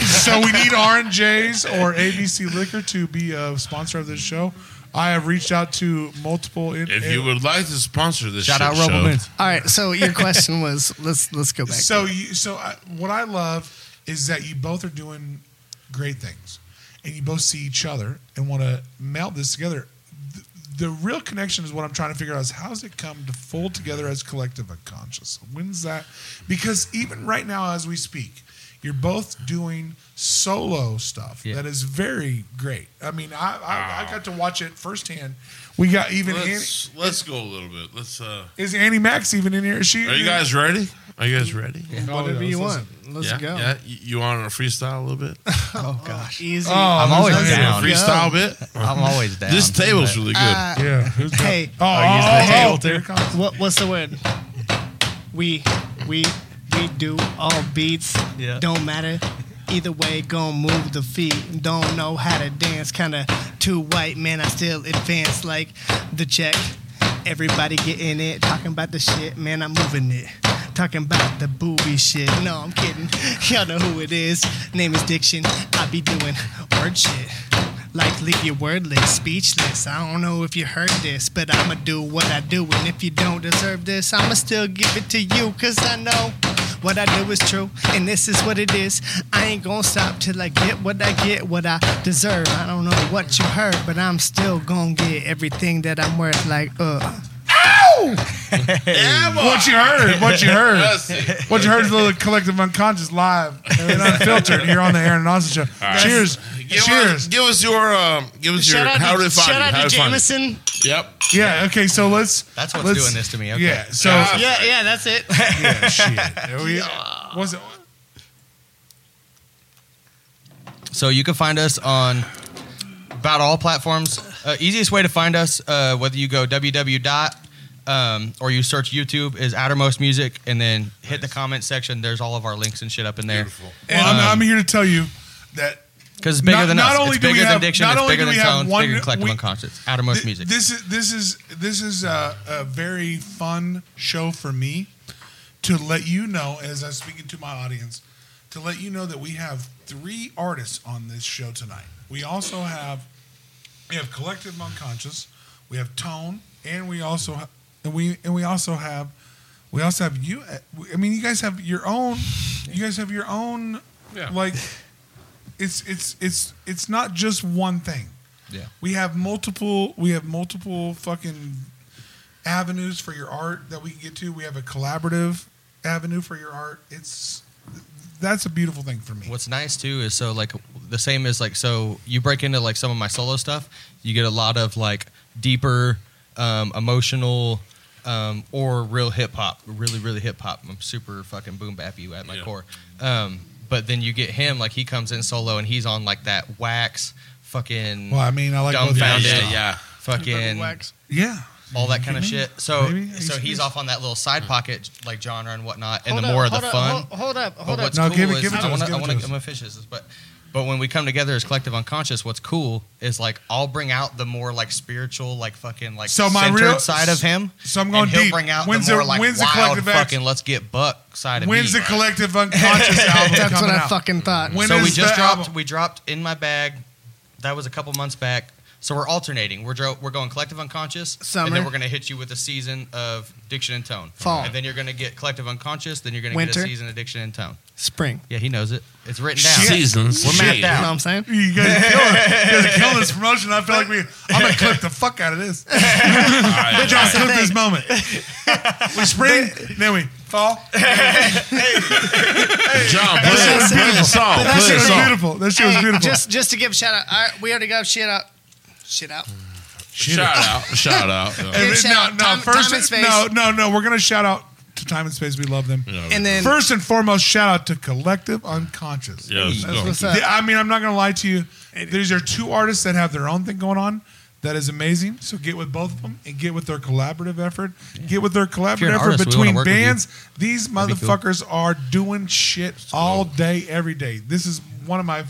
Speaker 2: (laughs) so we need RNJs or ABC Liquor to be a sponsor of this show. I have reached out to multiple. In,
Speaker 1: If you
Speaker 2: in-
Speaker 1: would like to sponsor this
Speaker 4: Shout
Speaker 1: shit
Speaker 4: out
Speaker 1: show,
Speaker 4: Robo Benz.
Speaker 3: All right, so (laughs) your question was let's let's go back.
Speaker 2: so you, so I, what I love is that you both are doing great things, and you both see each other and want to meld this together. The, the real connection is what I'm trying to figure out is how's it come to fold together as collective unconscious? When's that? Because even right now, as we speak, you're both doing solo stuff
Speaker 4: Yeah.
Speaker 2: that is very great. I mean, I, I, I got to watch it firsthand. We got even Annie,
Speaker 1: let's, let's go a little bit. Let's. uh
Speaker 2: is Annie Max even in here? Is she?
Speaker 1: Are you guys ready? Are you guys ready?
Speaker 3: Whatever you want. Let's
Speaker 1: yeah.
Speaker 3: go.
Speaker 1: Yeah. You, you want a freestyle a little bit?
Speaker 3: Oh gosh. Easy.
Speaker 4: I'm always
Speaker 2: okay.
Speaker 4: down.
Speaker 1: freestyle bit.
Speaker 4: I'm always down.
Speaker 1: This table's really good.
Speaker 3: Uh,
Speaker 2: Yeah. Who's got-
Speaker 3: Hey,
Speaker 2: Oh, oh, oh, here it comes.
Speaker 3: what what's the word? We we we do all beats.
Speaker 4: Yeah.
Speaker 3: Don't matter. Either way, gon' move the feet. Don't know how to dance, kinda too white, man. I still advance like the check. Everybody getting it, talking about the shit, man. I'm moving it. Talking about the booby shit. No, I'm kidding. (laughs) Y'all know who it is. Name is Diction. I be doing word shit. Like leave you wordless, speechless. I don't know if you heard this, but I'ma do what I do. And if you don't deserve this, I'ma still give it to you. Cause I know what I do is true. And this is what it is. I ain't gonna stop till I get what I get, what I deserve. I don't know what you heard, but I'm still gonna get everything that I'm worth. Like, uh.
Speaker 2: What you heard? What you (laughs) heard?
Speaker 3: (laughs)
Speaker 1: Let's see.
Speaker 2: What you heard is the collective unconscious live and (laughs) unfiltered here on the Aaron Austin show. Cheers!
Speaker 1: Give
Speaker 2: Cheers!
Speaker 1: Us, give us your. Um, give us your.
Speaker 3: Shout
Speaker 1: How
Speaker 3: out
Speaker 1: do they
Speaker 3: to,
Speaker 1: find
Speaker 3: shout
Speaker 1: you? How
Speaker 3: out to
Speaker 1: do they find you?
Speaker 3: Jameson.
Speaker 1: Yep.
Speaker 2: yeah. Okay. So let's.
Speaker 4: That's what's
Speaker 2: let's-
Speaker 4: doing this to me, okay.
Speaker 2: Yeah. So
Speaker 1: Yeah.
Speaker 3: Yeah, yeah, that's it.
Speaker 2: yeah, shit. There we- Was it?
Speaker 4: So you can find us on about all platforms. Uh, easiest way to find us, uh, whether you go www. dot um, or you search YouTube is Outermost Music, and then hit the comment section. There's all of our links and shit up in there.
Speaker 2: Well, I'm, I'm here to tell you that
Speaker 4: Because it's bigger
Speaker 2: Not-
Speaker 4: than
Speaker 2: not
Speaker 4: us.
Speaker 2: only
Speaker 4: it's
Speaker 2: do we
Speaker 4: bigger than
Speaker 2: have-
Speaker 4: Diction.
Speaker 2: not
Speaker 4: It's
Speaker 2: only
Speaker 4: bigger
Speaker 2: do
Speaker 4: than
Speaker 2: we have
Speaker 4: Tone. It's
Speaker 2: one-
Speaker 4: bigger than Collective
Speaker 2: we-
Speaker 4: Unconscious. Outermost
Speaker 2: Th-
Speaker 4: Music.
Speaker 2: This is this is this is a, a very fun show for me to let you know as I'm speaking to my audience to let you know that we have three artists on this show tonight. We also have we have Collective Unconscious, we have Tone, and we also ha- and we and we also have we also have you. uh, I mean, you guys have your own. You guys have your own. Like, it's it's it's it's not just one thing.
Speaker 4: Yeah.
Speaker 2: We have multiple. We have multiple fucking avenues for your art that we can get to. We have a collaborative avenue for your art. It's that's a beautiful thing for me.
Speaker 4: What's nice too is so like the same as like so you break into like some of my solo stuff, you get a lot of like deeper, um, emotional, um, or real hip hop, really really hip hop. I'm super fucking boom bappy at my
Speaker 1: Yeah.
Speaker 4: core. Um, but then you get him like he comes in solo and he's on like that wax fucking
Speaker 2: Well, I mean, I like both of
Speaker 1: Yeah,
Speaker 4: dumbfounded,
Speaker 2: those.
Speaker 1: yeah, yeah.
Speaker 4: fucking
Speaker 3: Wax.
Speaker 2: Yeah.
Speaker 4: all that kind of
Speaker 2: Maybe.
Speaker 4: shit. So
Speaker 2: Maybe. Are
Speaker 4: so
Speaker 2: you
Speaker 4: he's
Speaker 2: serious?
Speaker 4: off on that little side pocket like genre and whatnot, and
Speaker 3: Hold
Speaker 4: the
Speaker 3: up,
Speaker 4: more of the
Speaker 3: hold up,
Speaker 4: fun.
Speaker 3: Hold, hold up, hold
Speaker 4: But
Speaker 3: up.
Speaker 4: what's
Speaker 2: No,
Speaker 4: cool
Speaker 2: give it-
Speaker 4: is
Speaker 2: give it to
Speaker 4: I
Speaker 2: us,
Speaker 4: want
Speaker 2: give
Speaker 4: to
Speaker 2: it
Speaker 4: I want
Speaker 2: to us.
Speaker 4: to give my fishes, but but when we come together as collective unconscious, what's cool is like I'll bring out the more like spiritual, like fucking like
Speaker 2: So my
Speaker 4: centered
Speaker 2: real-
Speaker 4: side of him.
Speaker 2: so I'm going
Speaker 4: and he'll
Speaker 2: deep.
Speaker 4: bring out
Speaker 2: When's
Speaker 4: the
Speaker 2: the-
Speaker 4: more like
Speaker 2: when's the
Speaker 4: wild
Speaker 2: collective action?
Speaker 4: fucking let's get buck side of
Speaker 2: When's
Speaker 4: me.
Speaker 2: the
Speaker 4: (laughs)
Speaker 2: collective unconscious album (laughs)
Speaker 3: That's
Speaker 2: coming
Speaker 3: what I
Speaker 2: out?
Speaker 3: fucking thought.
Speaker 2: When
Speaker 4: so we
Speaker 2: is the
Speaker 4: just dropped
Speaker 2: album?
Speaker 4: we dropped in my bag. That was a couple months back. So we're alternating. We're dro- we're going collective unconscious, and
Speaker 3: Summer.
Speaker 4: then we're going to hit you with a season of diction and tone.
Speaker 3: Fall.
Speaker 4: and then you're going to get collective unconscious. Then you're going to get
Speaker 3: Winter.
Speaker 4: a season of diction and tone.
Speaker 3: Spring.
Speaker 4: Yeah, he knows it. It's written down.
Speaker 1: Seasons.
Speaker 4: We're mapped
Speaker 1: Shit.
Speaker 3: You
Speaker 4: out.
Speaker 3: know what I'm saying?
Speaker 2: You guys are killing, you
Speaker 4: (laughs)
Speaker 2: guys are killing this promotion. I feel like we. I'm gonna clip the fuck out of this.
Speaker 1: All right, all
Speaker 2: John,
Speaker 1: right.
Speaker 2: clip this
Speaker 4: (laughs)
Speaker 2: moment. We spring, then we fall.
Speaker 1: John, play, it- play the song. Play
Speaker 2: That shit
Speaker 1: the
Speaker 2: was
Speaker 1: song.
Speaker 2: beautiful. That shit was
Speaker 3: Hey,
Speaker 2: beautiful.
Speaker 3: Just, just to give a shout out. I, we already got shit out. Shit out.
Speaker 1: Mm. Shout out. Shout out. Yeah.
Speaker 2: And
Speaker 3: Give
Speaker 2: then-
Speaker 3: shout out.
Speaker 2: no, no,
Speaker 3: Time-
Speaker 2: first
Speaker 3: time and space.
Speaker 2: no, no, no. We're gonna shout out to time and space. We love them.
Speaker 1: Yeah.
Speaker 3: And then
Speaker 2: First and foremost, shout out to Collective Unconscious.
Speaker 1: Yeah, let's go.
Speaker 3: what's up.
Speaker 2: The- I mean, I'm not gonna lie to you. These are two artists that have their own thing going on. That is amazing. So get with both of them and get with their collaborative effort. Get with their
Speaker 4: you're
Speaker 2: collaborative
Speaker 4: an
Speaker 2: effort
Speaker 4: artist, we wanna
Speaker 2: between
Speaker 4: work with you.
Speaker 2: bands. These
Speaker 4: be cool.
Speaker 2: motherfuckers are doing shit all day, every day. This is one of my.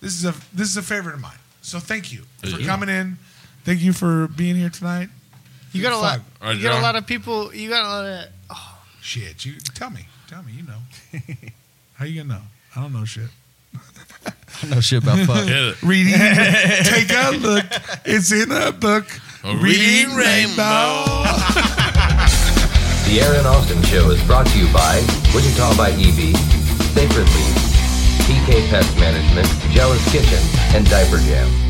Speaker 2: This is a this is a favorite of mine. So thank you for
Speaker 1: Yeah.
Speaker 2: coming in. Thank you for being here tonight.
Speaker 3: you got a lot.
Speaker 2: Fuck.
Speaker 1: All right,
Speaker 3: You got
Speaker 1: John.
Speaker 3: a lot of people. You got a lot of.
Speaker 2: Shit, you tell me, tell me, you know. (laughs) How you gonna know? I don't know shit.
Speaker 4: I know shit about fuck.
Speaker 1: Hit it.
Speaker 2: Reading, (laughs) take a look. It's in a book.
Speaker 1: A Reading Rainbow.
Speaker 6: The Aaron Austin Show is brought to you by Wichita by E EV, Sacred Leaf, PK Pest Management, Jealous Kitchen, and Diaper Jam.